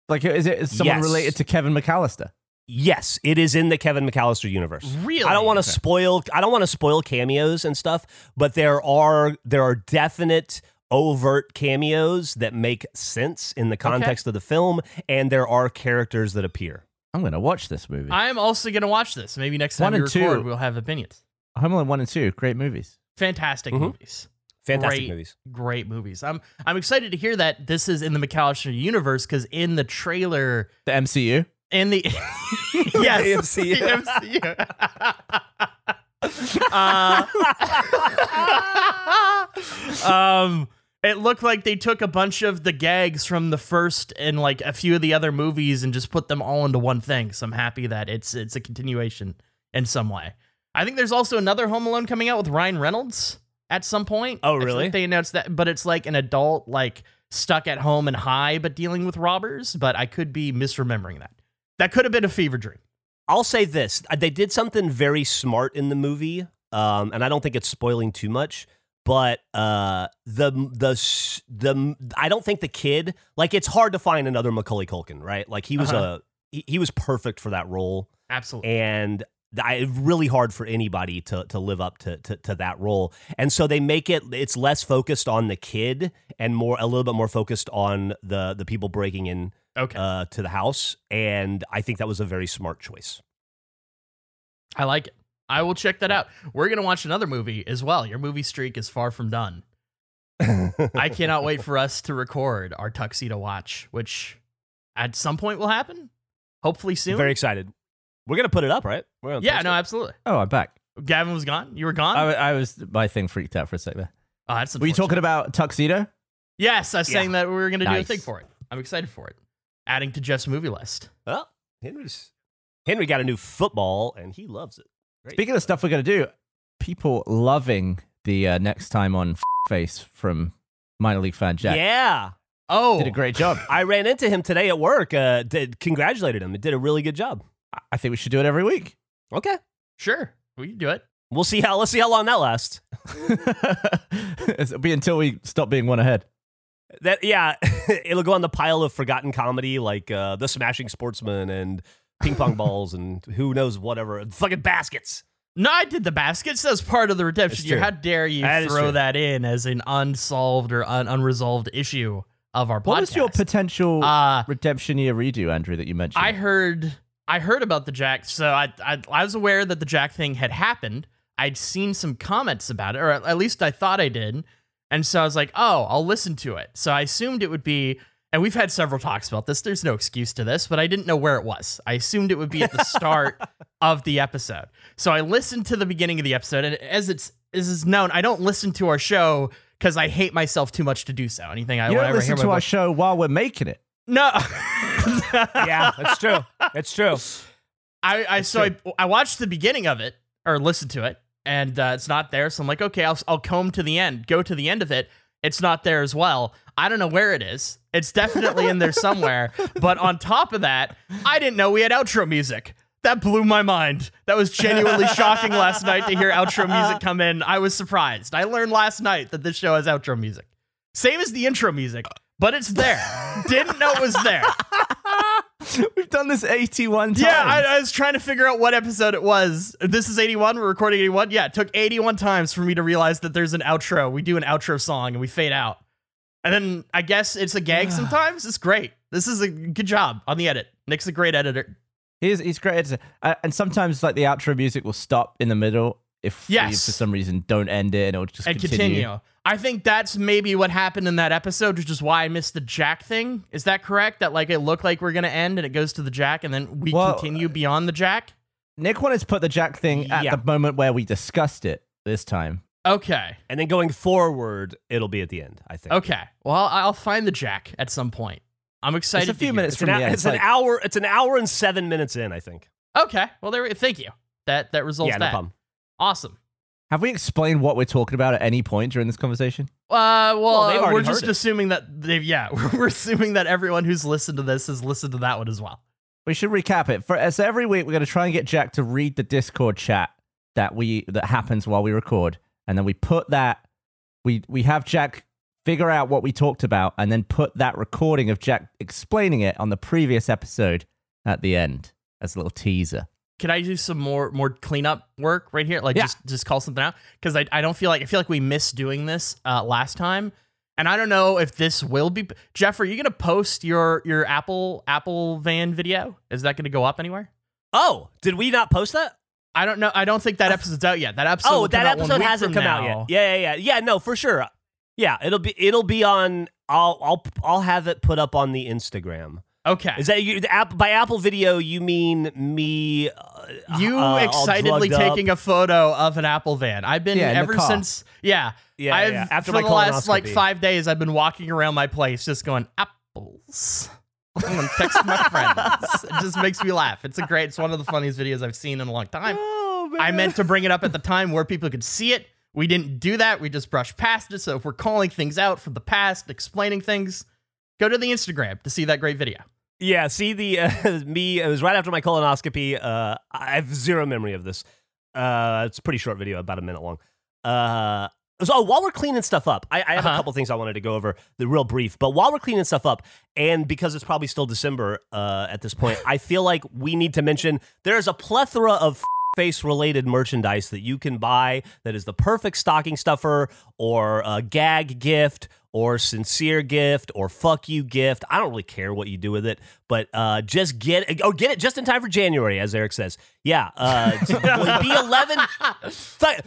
[SPEAKER 4] like is it is someone
[SPEAKER 3] Yes.
[SPEAKER 4] related to Kevin McAllister?
[SPEAKER 3] Yes, it is in the Kevin McAllister universe.
[SPEAKER 1] Really?
[SPEAKER 3] I don't want to spoil. I don't want to spoil cameos and stuff, but there are there are definite overt cameos that make sense in the context of the film, and there are characters that appear.
[SPEAKER 4] I'm gonna watch this movie.
[SPEAKER 1] I am also going to watch this. Maybe next time
[SPEAKER 4] One
[SPEAKER 1] we
[SPEAKER 4] and two.
[SPEAKER 1] record, we'll have opinions.
[SPEAKER 4] Home Alone one and two, great movies.
[SPEAKER 1] Fantastic
[SPEAKER 4] Mm-hmm.
[SPEAKER 3] Mhm.
[SPEAKER 1] movies.
[SPEAKER 3] Fantastic
[SPEAKER 1] Great.
[SPEAKER 3] movies.
[SPEAKER 1] Great movies. I'm I'm excited to hear that this is in the McAllister universe because in the trailer
[SPEAKER 4] The MCU.
[SPEAKER 1] and the yes
[SPEAKER 3] The MCU.
[SPEAKER 1] the MCU. Uh, um, it looked like they took a bunch of the gags from the first and like a few of the other movies and just put them all into one thing. So I'm happy that it's it's a continuation in some way. I think there's also another Home Alone coming out with Ryan Reynolds at some point.
[SPEAKER 3] Oh,
[SPEAKER 1] I feel
[SPEAKER 3] really?
[SPEAKER 1] like they announced that, but it's like an adult like stuck at home and high but dealing with robbers. But I could be misremembering that. That could have been a fever dream.
[SPEAKER 3] I'll say this: Uh, they did something very smart in the movie, um, and I don't think it's spoiling too much. But uh, the the s- the I don't think the kid like it's hard to find another Macaulay Culkin, right? Like he was
[SPEAKER 1] Uh-huh.
[SPEAKER 3] a he, he was perfect for that role,
[SPEAKER 1] Absolutely.
[SPEAKER 3] and I it's really hard for anybody to to live up to, to to that role. And so they make it it's less focused on the kid and more a little bit more focused on the the people breaking in
[SPEAKER 1] Okay.
[SPEAKER 3] uh, to the house. And I think that was a very smart choice.
[SPEAKER 1] I like it. I will check that out. We're going to watch another movie as well. Your movie streak is far from done. I cannot wait for us to record our Tuxedo Watch, which at some point will happen. Hopefully soon.
[SPEAKER 3] Very excited. We're gonna put it up, right? We're gonna
[SPEAKER 1] yeah,
[SPEAKER 3] post
[SPEAKER 1] no,
[SPEAKER 3] it.
[SPEAKER 1] absolutely.
[SPEAKER 4] Oh, I'm back.
[SPEAKER 1] Gavin was gone. You were gone?
[SPEAKER 4] I, wa- I was my thing freaked out for a sec there.
[SPEAKER 1] oh, that's
[SPEAKER 4] Were you
[SPEAKER 1] unfortunate.
[SPEAKER 4] talking about tuxedo?
[SPEAKER 1] Yes, I was saying that we were going to do a
[SPEAKER 4] Nice.
[SPEAKER 1] thing for it. I'm excited for it. Adding to Jeff's movie list.
[SPEAKER 3] Well, Oh, Henry's Henry got a new football and he loves it. Great.
[SPEAKER 4] Speaking of stuff we're gonna do, people loving the uh, next time on face from minor league fan Jack.
[SPEAKER 3] yeah,
[SPEAKER 1] Oh,
[SPEAKER 4] Did a great job.
[SPEAKER 3] I ran into him today at work. Uh, did, congratulated him. It did a really good job.
[SPEAKER 4] I- I think we should do it every week.
[SPEAKER 3] Okay,
[SPEAKER 1] sure. We can do it.
[SPEAKER 3] we'll see how let's see how long that lasts.
[SPEAKER 4] It'll be until we stop being one ahead.
[SPEAKER 3] That yeah, it'll go on the pile of forgotten comedy like uh, the Smashing Sportsman and ping pong balls and who knows whatever fucking baskets.
[SPEAKER 1] No, I did the baskets. That's part of the redemption
[SPEAKER 3] That's
[SPEAKER 1] year.
[SPEAKER 3] true.
[SPEAKER 1] How dare you
[SPEAKER 3] That is
[SPEAKER 1] throw
[SPEAKER 3] true.
[SPEAKER 1] that in as an unsolved or un- unresolved issue of our podcast?
[SPEAKER 4] What was your potential
[SPEAKER 1] Uh,
[SPEAKER 4] redemption year redo, Andrew, that you mentioned?
[SPEAKER 1] I heard, I heard about the Jack. So I, I, I was aware that the Jack thing had happened. I'd seen some comments about it, or at at least I thought I did. And so I was like, oh, I'll listen to it. So I assumed it would be, and we've had several talks about this. There's no excuse to this, but I didn't know where it was. I assumed it would be at the start of the episode. So I listened to the beginning of the episode, and as it's as is known, I don't listen to our show because I hate myself too much to do so. Anything I
[SPEAKER 4] you don't
[SPEAKER 1] whenever I hear
[SPEAKER 4] listen
[SPEAKER 1] my
[SPEAKER 4] to our
[SPEAKER 1] voice-
[SPEAKER 4] show while we're making it.
[SPEAKER 1] no.
[SPEAKER 3] Yeah, that's true. That's true.
[SPEAKER 1] I, I so I, I watched the beginning of it or listened to it, and uh, it's not there. So I'm like, okay, I'll I'll comb to the end, go to the end of it. It's not there as well. I don't know where it is. It's definitely in there somewhere. But on top of that, I didn't know we had outro music. that blew my mind. That was genuinely shocking last night to hear outro music come in. I was surprised. I learned last night that this show has outro music. Same as the intro music, but it's there. Didn't know it was there.
[SPEAKER 4] We've done this 81 times.
[SPEAKER 1] Yeah, I, I was trying to figure out what episode it was. This is 81. We're recording 81. Yeah, it took 81 times for me to realize that there's an outro. We do an outro song and we fade out. And then I guess it's a gag sometimes. It's great. This is a good job on the edit. Nick's a great editor.
[SPEAKER 4] He's, he's great. It's- uh, and sometimes, like, the outro music will stop in the middle if we,
[SPEAKER 1] Yes.
[SPEAKER 4] for some reason, don't end it and it'll just
[SPEAKER 1] and continue. I think that's maybe what happened in that episode, which is why I missed the Jack thing. Is that correct? That like it looked like we're gonna end and it goes to the Jack and then we
[SPEAKER 4] Well, uh,
[SPEAKER 1] continue beyond the Jack?
[SPEAKER 4] Nick wanted to put the Jack thing at
[SPEAKER 3] Yeah.
[SPEAKER 4] the moment where we discussed it this time.
[SPEAKER 1] Okay.
[SPEAKER 3] And then going forward, it'll be at the end, I think.
[SPEAKER 1] Okay. Well, I'll find the Jack at some point. I'm excited.
[SPEAKER 4] It's a
[SPEAKER 1] to
[SPEAKER 4] few
[SPEAKER 1] hear
[SPEAKER 4] minutes
[SPEAKER 3] It's,
[SPEAKER 4] from
[SPEAKER 3] an,
[SPEAKER 4] the
[SPEAKER 3] hou-
[SPEAKER 4] end.
[SPEAKER 3] it's an
[SPEAKER 4] like-
[SPEAKER 3] hour. It's an hour and seven minutes in, I think.
[SPEAKER 1] it. Okay. Well, there. we- Thank you. That that results.
[SPEAKER 3] yeah, no
[SPEAKER 1] that.
[SPEAKER 3] problem.
[SPEAKER 1] Awesome.
[SPEAKER 4] Have we explained what we're talking about at any point during this conversation?
[SPEAKER 1] Uh, well,
[SPEAKER 3] Well, they've
[SPEAKER 1] uh, we're
[SPEAKER 3] already
[SPEAKER 1] just
[SPEAKER 3] heard it.
[SPEAKER 1] assuming that they've yeah, we're assuming that everyone who's listened to this has listened to that one as well.
[SPEAKER 4] We should recap it. For as every week, we're going to try and get Jack to read the Discord chat that we that happens while we record, and then we put that we we have Jack figure out what we talked about, and then put that recording of Jack explaining it on the previous episode at the end as a little teaser.
[SPEAKER 1] Can I do some more more cleanup work right here? Like
[SPEAKER 4] Yeah.
[SPEAKER 1] just just call something out because I I don't feel like I feel like we missed doing this uh, last time, and I don't know if this will be. Jeff, are you gonna post your your Apple Apple van video? Is that gonna go up anywhere?
[SPEAKER 3] Oh, did we not post that?
[SPEAKER 1] I don't know. I don't think that episode's out yet. That episode.
[SPEAKER 3] Oh,
[SPEAKER 1] will come
[SPEAKER 3] that
[SPEAKER 1] out one
[SPEAKER 3] episode
[SPEAKER 1] week
[SPEAKER 3] hasn't
[SPEAKER 1] from
[SPEAKER 3] come
[SPEAKER 1] now.
[SPEAKER 3] out yet. Yeah, yeah, yeah. Yeah, no, for sure. Yeah, it'll be it'll be on. I'll I'll I'll have it put up on the Instagram.
[SPEAKER 1] Okay.
[SPEAKER 3] Is that you? the App, by Apple Video, you mean me? Uh,
[SPEAKER 1] you
[SPEAKER 3] uh, all
[SPEAKER 1] excitedly
[SPEAKER 3] drugged up?
[SPEAKER 1] taking a photo of an Apple van. I've been
[SPEAKER 4] Yeah, in the
[SPEAKER 1] ever
[SPEAKER 4] car.
[SPEAKER 1] since. Yeah,
[SPEAKER 3] Yeah,
[SPEAKER 1] I've
[SPEAKER 3] yeah, after
[SPEAKER 1] for
[SPEAKER 3] my
[SPEAKER 1] the last like
[SPEAKER 3] colonoscopy.
[SPEAKER 1] five days, I've been walking around my place just going apples. I'm gonna text my friends. It just makes me laugh. It's a great. It's one of the funniest videos I've seen in a long time.
[SPEAKER 4] Oh man!
[SPEAKER 1] I meant to bring it up at the time where people could see it. We didn't do that. We just brushed past it. So if we're calling things out from the past, explaining things, go to the Instagram to see that great video.
[SPEAKER 3] Yeah, see the uh, me. It was right after my colonoscopy. Uh, I have zero memory of this. Uh, it's a pretty short video, about a minute long. Uh, so oh, while we're cleaning stuff up, I, I have
[SPEAKER 1] Uh-huh.
[SPEAKER 3] a couple things I wanted to go over, the real brief. But while we're cleaning stuff up, and because it's probably still December uh, at this point, I feel like we need to mention there is a plethora of face related merchandise that you can buy that is the perfect stocking stuffer or a gag gift or sincere gift or fuck you gift. I don't really care what you do with it, but uh, just get it. Oh, get it just in time for January, as Eric says. Yeah. Uh, B11.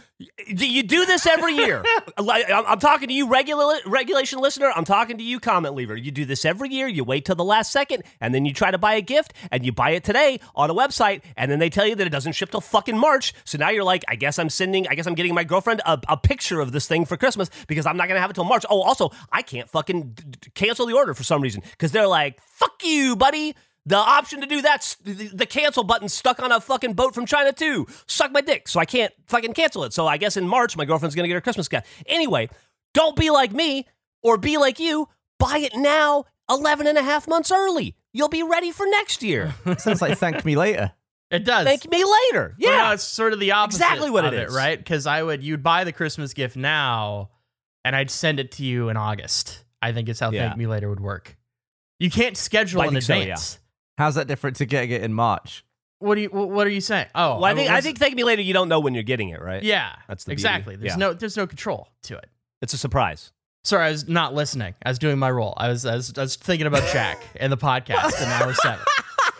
[SPEAKER 3] Do you do this every year? Like, I'm, I'm talking to you, regula- regulation listener. I'm talking to you, comment leaver. You do this every year. You wait till the last second, and then you try to buy a gift, and you buy it today on a website, and then they tell you that it doesn't ship till fucking March. So now you're like, I guess I'm sending, I guess I'm getting my girlfriend a, a picture of this thing for Christmas because I'm not gonna have it till March. Oh, also, I can't fucking d- d- cancel the order for some reason because they're like, fuck you, buddy. The option to do that's the the cancel button stuck on a fucking boat from China too. Suck my dick, so I can't fucking cancel it. So I guess in March my girlfriend's gonna get her Christmas gift. Anyway, don't be like me or be like you. Buy it now, 11 and a half months early. You'll be ready for next year.
[SPEAKER 4] Sounds like thank me later.
[SPEAKER 1] It does.
[SPEAKER 3] Thank me later.
[SPEAKER 1] But no,
[SPEAKER 3] Yeah.
[SPEAKER 1] it's sort of the opposite.
[SPEAKER 3] Exactly what
[SPEAKER 1] of
[SPEAKER 3] it
[SPEAKER 1] it
[SPEAKER 3] is.
[SPEAKER 1] right? Because I would you'd buy the Christmas gift now, and I'd send it to you in August. I think is how
[SPEAKER 3] Yeah.
[SPEAKER 1] Thank Me Later would work. You can't schedule
[SPEAKER 3] I
[SPEAKER 1] in
[SPEAKER 3] think so, yeah.
[SPEAKER 1] advance.
[SPEAKER 4] How's that different to getting it in March?
[SPEAKER 1] What do you wh- What are you saying? Oh,
[SPEAKER 3] Well, I think I
[SPEAKER 1] was-
[SPEAKER 3] think thank me later you don't know when you're getting it, right?
[SPEAKER 1] yeah,
[SPEAKER 3] That's the beauty.
[SPEAKER 1] exactly. There's
[SPEAKER 3] Yeah.
[SPEAKER 1] no there's no control to it.
[SPEAKER 3] It's a surprise.
[SPEAKER 1] Sorry, I was not listening. I was doing my role. I was I was, I was thinking about Jack and the podcast in hour seven.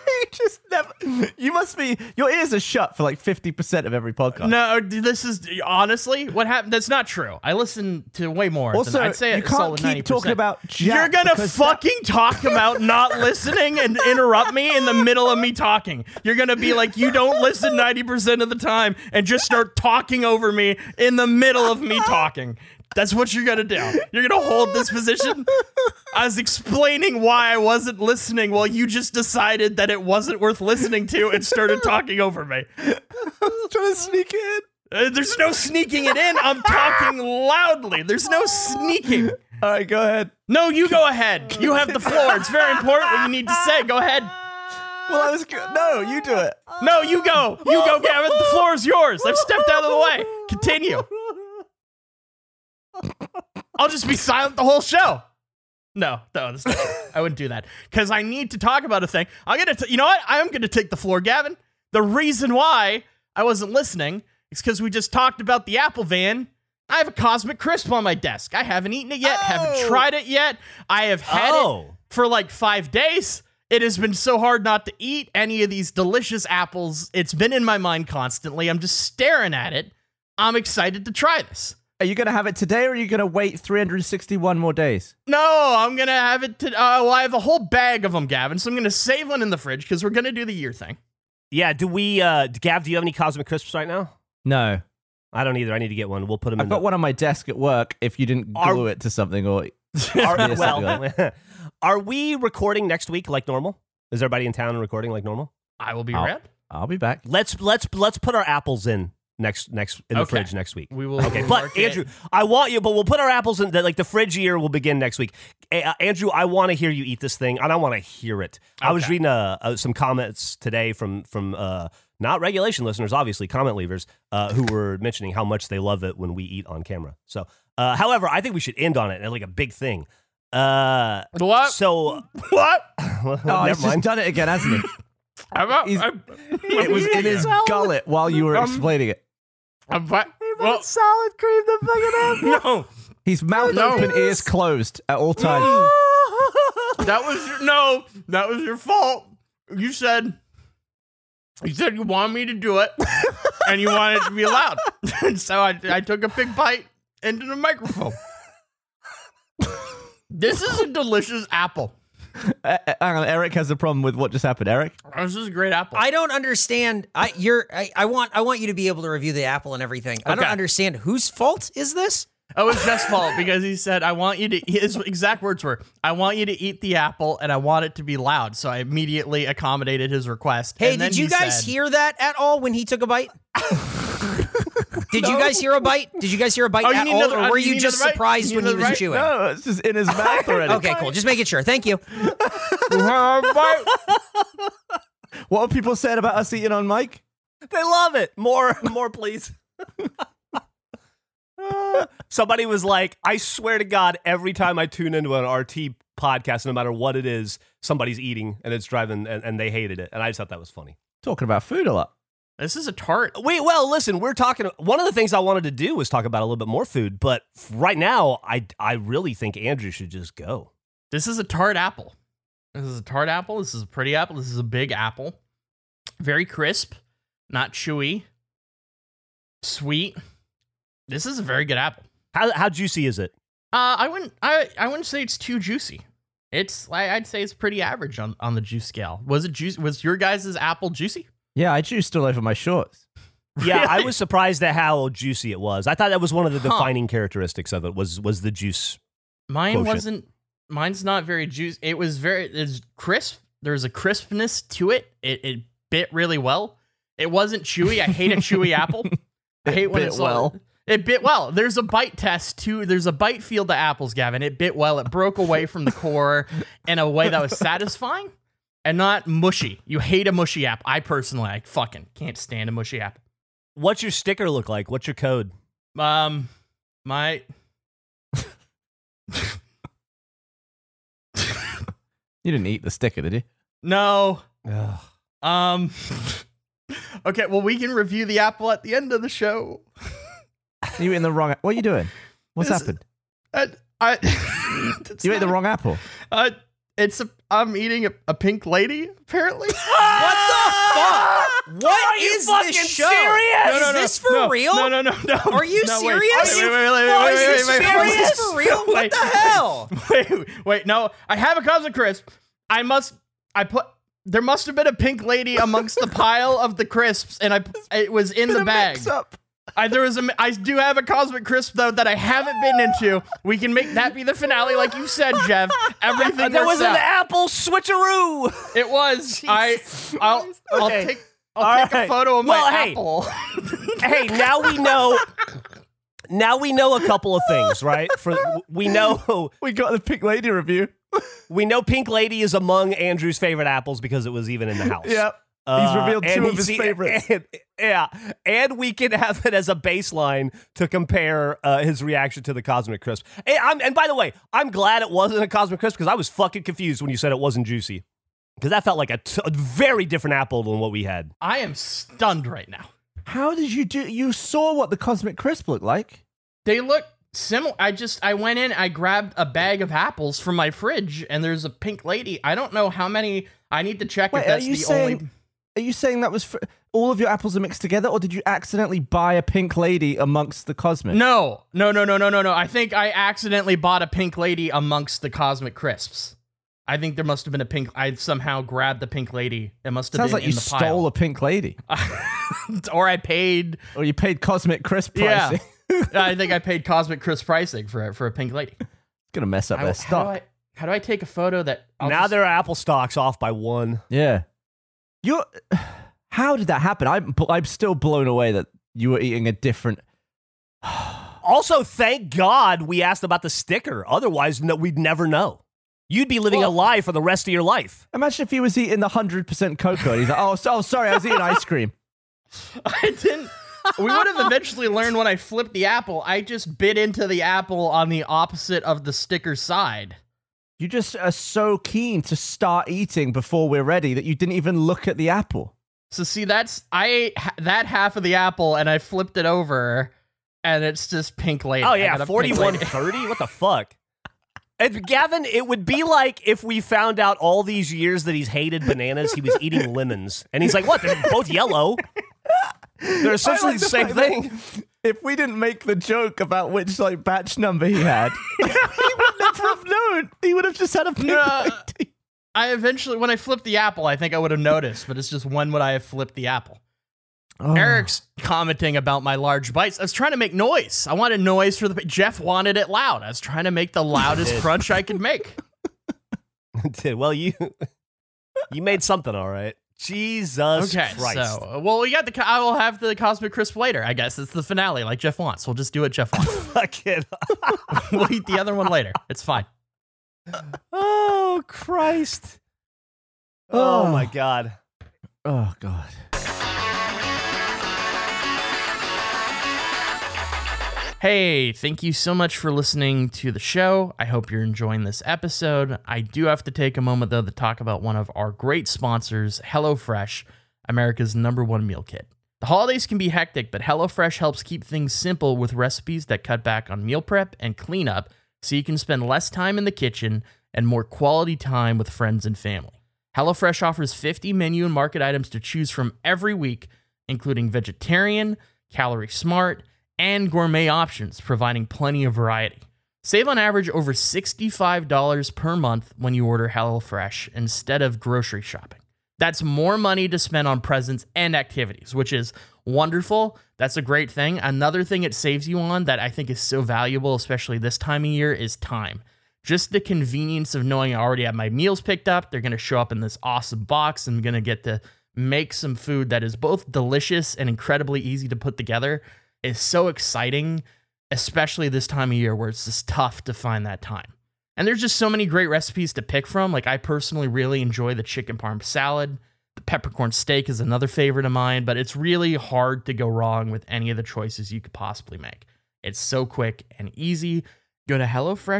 [SPEAKER 4] you just never. You must be. Your ears are shut for like fifty percent of every podcast.
[SPEAKER 1] No, d- this is honestly what happened. That's not true. I listen to way more.
[SPEAKER 4] Also,
[SPEAKER 1] than, I'd say
[SPEAKER 4] you
[SPEAKER 1] it's
[SPEAKER 4] can't
[SPEAKER 1] solid 90%.
[SPEAKER 4] keep talking about Jack
[SPEAKER 1] You're gonna
[SPEAKER 4] because that-
[SPEAKER 1] fucking talk about not listening and interrupt me in the middle of me talking. You're gonna be like, you don't listen ninety percent of the time, and just start talking over me in the middle of me talking. That's what you're gonna do. You're gonna hold this position. I was explaining why I wasn't listening while you just decided that it wasn't worth listening to and started talking over me.
[SPEAKER 4] trying to sneak in.
[SPEAKER 1] Uh, there's no sneaking it in. I'm talking loudly. There's no sneaking.
[SPEAKER 4] All right, go ahead.
[SPEAKER 1] No, you go ahead. You have the floor. It's very important what you need to say. Go ahead.
[SPEAKER 4] Well, I was go- no, you do it.
[SPEAKER 1] No, you go. You go, Gavin. The floor is yours. I've stepped out of the way. Continue. I'll just be silent the whole show. No, no, that's not true. I wouldn't do that because I need to talk about a thing. I'm gonna, t- you know what? I am gonna take the floor, Gavin. The reason why I wasn't listening is because we just talked about the Apple Van. I have a Cosmic Crisp on my desk. I haven't eaten it yet. Haven't
[SPEAKER 3] Oh.
[SPEAKER 1] tried it yet. I have had it
[SPEAKER 3] Oh.
[SPEAKER 1] for like five days. It has been so hard not to eat any of these delicious apples. It's been in my mind constantly. I'm just staring at it. I'm excited to try this.
[SPEAKER 4] Are you gonna have it today, or are you gonna wait 361 more days?
[SPEAKER 1] No, I'm gonna have it. To, uh, well, I have a whole bag of them, Gavin. So I'm gonna save one in the fridge because we're gonna do the year thing.
[SPEAKER 3] Yeah, do we, uh, Gav, do you have any Cosmic Crisps right now?
[SPEAKER 4] No,
[SPEAKER 3] I don't either. I need to get one. We'll put them
[SPEAKER 4] I've
[SPEAKER 3] in
[SPEAKER 4] got
[SPEAKER 3] the-
[SPEAKER 4] one on my desk at work. If you didn't
[SPEAKER 3] Are-
[SPEAKER 4] glue it to something, or
[SPEAKER 3] Are,
[SPEAKER 4] Yes, I'll
[SPEAKER 3] well, are we recording next week like normal? Is everybody in town recording like normal?
[SPEAKER 1] I will be
[SPEAKER 4] I'll-
[SPEAKER 1] around.
[SPEAKER 4] I'll be back.
[SPEAKER 3] Let's let's let's put our apples in next next in the
[SPEAKER 1] Okay.
[SPEAKER 3] fridge next week.
[SPEAKER 1] We will.
[SPEAKER 3] Okay,
[SPEAKER 1] we'll
[SPEAKER 3] but
[SPEAKER 1] mark it.
[SPEAKER 3] Andrew, I want you. But we'll put our apples in. The, like the fridge year will begin next week. A- uh, Andrew, I want to hear you eat this thing, and I want to hear it. I was
[SPEAKER 1] Okay.
[SPEAKER 3] reading uh, uh, some comments today from from uh, not regulation listeners, obviously comment leavers, uh, who were mentioning how much they love it when we eat on camera. So, uh, however, I think we should end on it and like a big thing. Uh,
[SPEAKER 1] what?
[SPEAKER 3] so what?
[SPEAKER 4] Oh, he's
[SPEAKER 3] Never
[SPEAKER 4] just
[SPEAKER 3] mind.
[SPEAKER 4] done it again, hasn't he?
[SPEAKER 1] I'm, i
[SPEAKER 4] he's-
[SPEAKER 1] I'm,
[SPEAKER 4] it was in his gullet while you were
[SPEAKER 1] Um,
[SPEAKER 4] explaining it.
[SPEAKER 1] I'm, what? well,
[SPEAKER 4] Solid cream the fucking
[SPEAKER 1] no,
[SPEAKER 4] He's mouth
[SPEAKER 1] No.
[SPEAKER 4] open, ears closed at all times.
[SPEAKER 1] that was your, no, that was your fault. You said, you said you wanted me to do it, and you wanted to be allowed. And so I, I took a big bite into the microphone. this is a delicious apple.
[SPEAKER 4] Uh, uh, hang on, Eric has a problem with what just happened. Eric,
[SPEAKER 1] This is a great apple.
[SPEAKER 5] I don't understand. I you're I, I want I want you to be able to review the apple and everything. I don't
[SPEAKER 1] Okay.
[SPEAKER 5] understand whose fault is this?
[SPEAKER 1] Oh, it's Jeff's fault because he said, I want you to, his exact words were, I want you to eat the apple and I want it to be loud. So I immediately accommodated his request.
[SPEAKER 5] Hey,
[SPEAKER 1] And then
[SPEAKER 5] did you
[SPEAKER 1] he
[SPEAKER 5] guys
[SPEAKER 1] said-
[SPEAKER 5] hear that at all when he took a bite? Did you guys hear a bite? Did you guys hear a bite
[SPEAKER 1] Oh, you
[SPEAKER 5] at
[SPEAKER 1] need
[SPEAKER 5] all,
[SPEAKER 1] another-
[SPEAKER 5] or were
[SPEAKER 1] you
[SPEAKER 5] you,
[SPEAKER 1] need
[SPEAKER 5] just
[SPEAKER 1] another bite?
[SPEAKER 5] surprised
[SPEAKER 1] You
[SPEAKER 5] when
[SPEAKER 1] need
[SPEAKER 5] he was
[SPEAKER 1] another bite?
[SPEAKER 5] chewing?
[SPEAKER 4] no, it's just in his mouth already.
[SPEAKER 5] Okay, cool. Just making sure. Thank you.
[SPEAKER 4] What have people said about us eating on mic?
[SPEAKER 3] They love it. More, more, please. Somebody was like, I swear to God, every time I tune into an RT podcast, no matter what it is, somebody's eating and it's driving and, and they hated it. And I just thought that was funny.
[SPEAKER 4] Talking about food a lot.
[SPEAKER 1] This is a tart.
[SPEAKER 3] Wait, well, listen, we're talking. One of the things I wanted to do was talk about a little bit more food, but right now, I, I really think Andrew should just go.
[SPEAKER 1] This is a tart apple. This is a tart apple. This is a pretty apple. This is a big apple. Very crisp, not chewy, sweet. This is a very good apple.
[SPEAKER 3] How, how juicy is it?
[SPEAKER 1] Uh, I wouldn't. I I wouldn't say it's too juicy. It's I- I'd say it's pretty average on, on the juice scale. Was it juice? Was your guys' apple juicy?
[SPEAKER 4] Yeah, I juiced all over my shorts.
[SPEAKER 3] Yeah, I
[SPEAKER 1] Really?
[SPEAKER 3] was surprised at how juicy it was. I thought that was one of the
[SPEAKER 1] Huh.
[SPEAKER 3] defining characteristics of it was was the juice
[SPEAKER 1] Mine
[SPEAKER 3] Quotient.
[SPEAKER 1] wasn't. Mine's not very juice. It was very. It's crisp. There's a crispness to it. It it bit really well. It wasn't chewy. I hate a chewy apple. I
[SPEAKER 4] It
[SPEAKER 1] hate when
[SPEAKER 4] bit
[SPEAKER 1] it's
[SPEAKER 4] well.
[SPEAKER 1] It bit well. There's a bite test too. There's a bite field to apples, Gavin. It bit well. It broke away from the core in a way that was satisfying and not mushy. You hate a mushy app. I personally, I fucking can't stand a mushy app.
[SPEAKER 3] What's your sticker look like? What's your code?
[SPEAKER 1] Um, my
[SPEAKER 4] You didn't eat the sticker, did you?
[SPEAKER 1] no. Um. okay, well, we can review the apple at the end of the show.
[SPEAKER 4] You eating the wrong. What are you doing? What's
[SPEAKER 1] This-
[SPEAKER 4] happened?
[SPEAKER 1] I, I it's
[SPEAKER 4] You ate the
[SPEAKER 1] not-
[SPEAKER 4] wrong apple.
[SPEAKER 1] Uh, it's a, I'm eating a, a pink lady. Apparently,
[SPEAKER 5] What the fuck? What
[SPEAKER 3] you
[SPEAKER 5] is
[SPEAKER 3] fucking
[SPEAKER 5] this show?
[SPEAKER 3] serious?
[SPEAKER 5] Is this for
[SPEAKER 1] no,
[SPEAKER 5] real?
[SPEAKER 1] No, no, no, no.
[SPEAKER 5] Are you
[SPEAKER 1] no, wait.
[SPEAKER 5] serious?
[SPEAKER 1] Wait, wait, wait, wait, wait,
[SPEAKER 5] Is this
[SPEAKER 1] wait, wait, wait,
[SPEAKER 5] serious for real? What
[SPEAKER 1] Wait.
[SPEAKER 5] the hell?
[SPEAKER 1] wait, wait, wait, no. I have a cosmic crisp. I must. I put. There must have been a pink lady amongst the pile of the crisps, and I it was in the bag.
[SPEAKER 4] up.
[SPEAKER 1] I there was a I do have a cosmic crisp though that I haven't been into. We can make that be the finale, like you said, Jeff. Everything
[SPEAKER 3] there was
[SPEAKER 1] works
[SPEAKER 3] an
[SPEAKER 1] out.
[SPEAKER 3] apple switcheroo.
[SPEAKER 1] It was. I I'll, I'll
[SPEAKER 3] Okay.
[SPEAKER 1] take I'll
[SPEAKER 3] All
[SPEAKER 1] take a
[SPEAKER 3] right.
[SPEAKER 1] photo of
[SPEAKER 3] Well,
[SPEAKER 1] my
[SPEAKER 3] hey.
[SPEAKER 1] apple.
[SPEAKER 3] hey, now we know. Now we know a couple of things, right? For we know
[SPEAKER 4] We got the pink lady review.
[SPEAKER 3] we know Pink Lady is among Andrew's favorite apples because it was even in the house. Uh,
[SPEAKER 6] Yep. He's revealed two
[SPEAKER 3] and
[SPEAKER 6] of
[SPEAKER 3] we
[SPEAKER 6] his favorites.
[SPEAKER 3] and- yeah, and we can have it as a baseline to compare uh, his reaction to the Cosmic Crisp. And, I'm, and by the way, I'm glad it wasn't a Cosmic Crisp because I was fucking confused when you said it wasn't juicy because that felt like a, t- a very different apple than what we had.
[SPEAKER 1] I am stunned right now.
[SPEAKER 4] How did you do? You saw what the cosmic crisp looked like.
[SPEAKER 1] They look similar. I just I went in, I grabbed a bag of apples from my fridge, and there's a pink lady. I don't know how many. I need to check
[SPEAKER 4] Wait,
[SPEAKER 1] if
[SPEAKER 4] are
[SPEAKER 1] that's
[SPEAKER 4] you
[SPEAKER 1] the
[SPEAKER 4] saying
[SPEAKER 1] only.
[SPEAKER 4] are you saying that was fr- all of your apples are mixed together, or did you accidentally buy a pink lady amongst the cosmic?
[SPEAKER 1] No, no, no, no, no, no, no. I think I accidentally bought a pink lady amongst the cosmic crisps. I think there must have been a pink. I somehow grabbed the pink lady. It must have
[SPEAKER 4] sounds
[SPEAKER 1] been
[SPEAKER 4] like
[SPEAKER 1] in
[SPEAKER 4] you
[SPEAKER 1] the
[SPEAKER 4] stole
[SPEAKER 1] pile.
[SPEAKER 4] a pink lady,
[SPEAKER 1] or I paid.
[SPEAKER 4] or you paid cosmic crisp
[SPEAKER 1] Yeah.
[SPEAKER 4] pricing.
[SPEAKER 1] I think I paid cosmic crisp pricing for a- for a pink lady.
[SPEAKER 4] Gonna mess up
[SPEAKER 1] I-
[SPEAKER 4] their
[SPEAKER 1] how, do
[SPEAKER 4] stock.
[SPEAKER 1] I, how do I take a photo that I'll
[SPEAKER 3] now
[SPEAKER 1] just-
[SPEAKER 3] their apple stocks off by one.
[SPEAKER 4] Yeah. You. How did that happen? I'm bl- I'm still blown away that you were eating a different.
[SPEAKER 3] Also, thank God we asked about the sticker. Otherwise, no, we'd never know. You'd be living a lie for the rest of your life.
[SPEAKER 4] Imagine if he was eating the hundred percent cocoa. And he's like, oh, so, oh, sorry, I was eating ice cream.
[SPEAKER 1] I didn't. We would have eventually learned when I flipped the apple. I just bit into the apple on the opposite of the sticker side.
[SPEAKER 4] You just are so keen to start eating before we're ready that you didn't even look at the apple.
[SPEAKER 1] So see, that's I ate ha- that half of the apple and I flipped it over, and it's just pink lady.
[SPEAKER 3] Oh
[SPEAKER 1] I
[SPEAKER 3] yeah,
[SPEAKER 1] got a pink
[SPEAKER 3] forty-one
[SPEAKER 1] lady.
[SPEAKER 3] thirty. What the fuck? And Gavin, it would be like if we found out all these years that he's hated bananas, he was eating lemons, and he's like, "What? They're both yellow. They're essentially the same thing."
[SPEAKER 4] If we didn't make the joke about which like batch number he had, he would never have known. He would have just had a pink
[SPEAKER 1] Yeah.
[SPEAKER 4] lady.
[SPEAKER 1] I eventually, when I flipped the apple, I think I would have noticed, but it's just when would I have flipped the apple? Oh. Eric's commenting about my large bites. I was trying to make noise. I wanted noise for the. Jeff wanted it loud. I was trying to make the loudest crunch I could make.
[SPEAKER 3] Dude, well, you you made something, all right. Jesus
[SPEAKER 1] Okay,
[SPEAKER 3] Christ!
[SPEAKER 1] so uh, well, we got the. co- I will have the cosmic crisp later. I guess it's the finale, like Jeff wants. We'll just do it, Jeff wants.
[SPEAKER 3] Fucking
[SPEAKER 1] we'll eat the other one later. It's fine.
[SPEAKER 3] oh Christ! Oh,
[SPEAKER 4] Oh.
[SPEAKER 3] my God!
[SPEAKER 4] Oh god.
[SPEAKER 1] Hey, thank you so much for listening to the show. I hope you're enjoying this episode. I do have to take a moment, though, to talk about one of our great sponsors, HelloFresh, America's number one meal kit. The holidays can be hectic, but HelloFresh helps keep things simple with recipes that cut back on meal prep and cleanup so you can spend less time in the kitchen and more quality time with friends and family. HelloFresh offers 50 menu and market items to choose from every week, including vegetarian, calorie smart, and gourmet options, providing plenty of variety. Save on average over $65 per month when you order HelloFresh instead of grocery shopping. That's more money to spend on presents and activities, which is wonderful. That's a great thing. Another thing it saves you on that I think is so valuable, especially this time of year, is time. Just the convenience of knowing I already have my meals picked up. They're going to show up in this awesome box. I'm going to get to make some food that is both delicious and incredibly easy to put together is so exciting, especially this time of year where it's just tough to find that time. And there's just so many great recipes to pick from. Like I personally really enjoy the chicken parm salad. The peppercorn steak is another favorite of mine, but it's really hard to go wrong with any of the choices you could possibly make. It's so quick and easy. Go to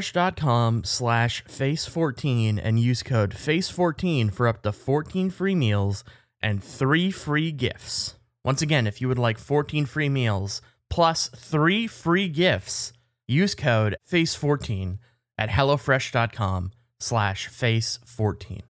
[SPEAKER 1] HelloFresh.com slash face14 and use code face14 for up to 14 free meals and three free gifts. Once again, if you would like 14 free meals plus three free gifts, use code face14 at HelloFresh.com slash face14.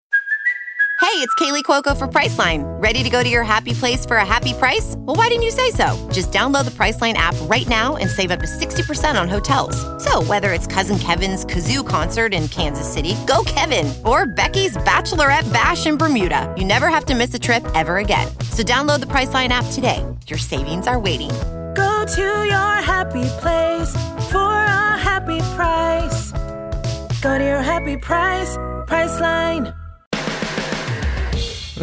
[SPEAKER 7] Hey, it's Kaylee Cuoco for Priceline. Ready to go to your happy place for a happy price? Well, why didn't you say so? Just download the Priceline app right now and save up to 60% on hotels. So, whether it's Cousin Kevin's Kazoo concert in Kansas City, go Kevin, or Becky's Bachelorette Bash in Bermuda, you never have to miss a trip ever again. So, download the Priceline app today. Your savings are waiting.
[SPEAKER 8] Go to your happy place for a happy price. Go to your happy price, Priceline.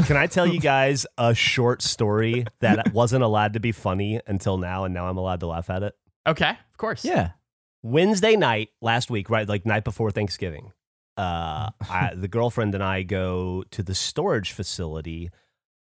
[SPEAKER 3] Can I tell you guys a short story that wasn't allowed to be funny until now, and now I'm allowed to laugh at it?
[SPEAKER 1] Okay, of course.
[SPEAKER 4] Yeah.
[SPEAKER 3] Wednesday night last week, right? Like night before Thanksgiving, uh, I, the girlfriend and I go to the storage facility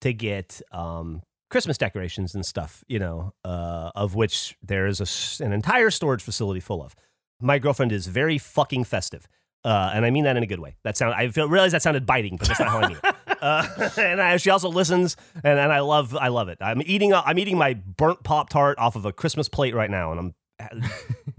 [SPEAKER 3] to get um, Christmas decorations and stuff, you know, uh, of which there is a s an entire storage facility full of. My girlfriend is very fucking festive. Uh, and I mean that in a good way. That sound I feel, realize that sounded biting, but that's not how I mean it. Uh, and I, she also listens, and, and I love I love it. I'm eating a, I'm eating my burnt pop tart off of a Christmas plate right now, and I'm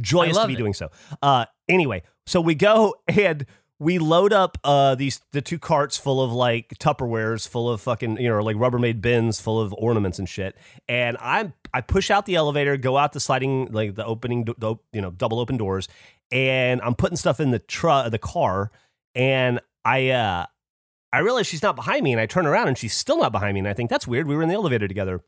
[SPEAKER 3] joyous to
[SPEAKER 1] love
[SPEAKER 3] be
[SPEAKER 1] it.
[SPEAKER 3] doing so. Uh, anyway, so we go and we load up uh, these the two carts full of like Tupperwares, full of fucking you know like Rubbermaid bins full of ornaments and shit. And I'm I push out the elevator, go out the sliding like the opening do- the, op- you know double open doors, and I'm putting stuff in the truck the car, and I uh I realize she's not behind me, and I turn around and she's still not behind me, and I think that's weird. We were in the elevator together.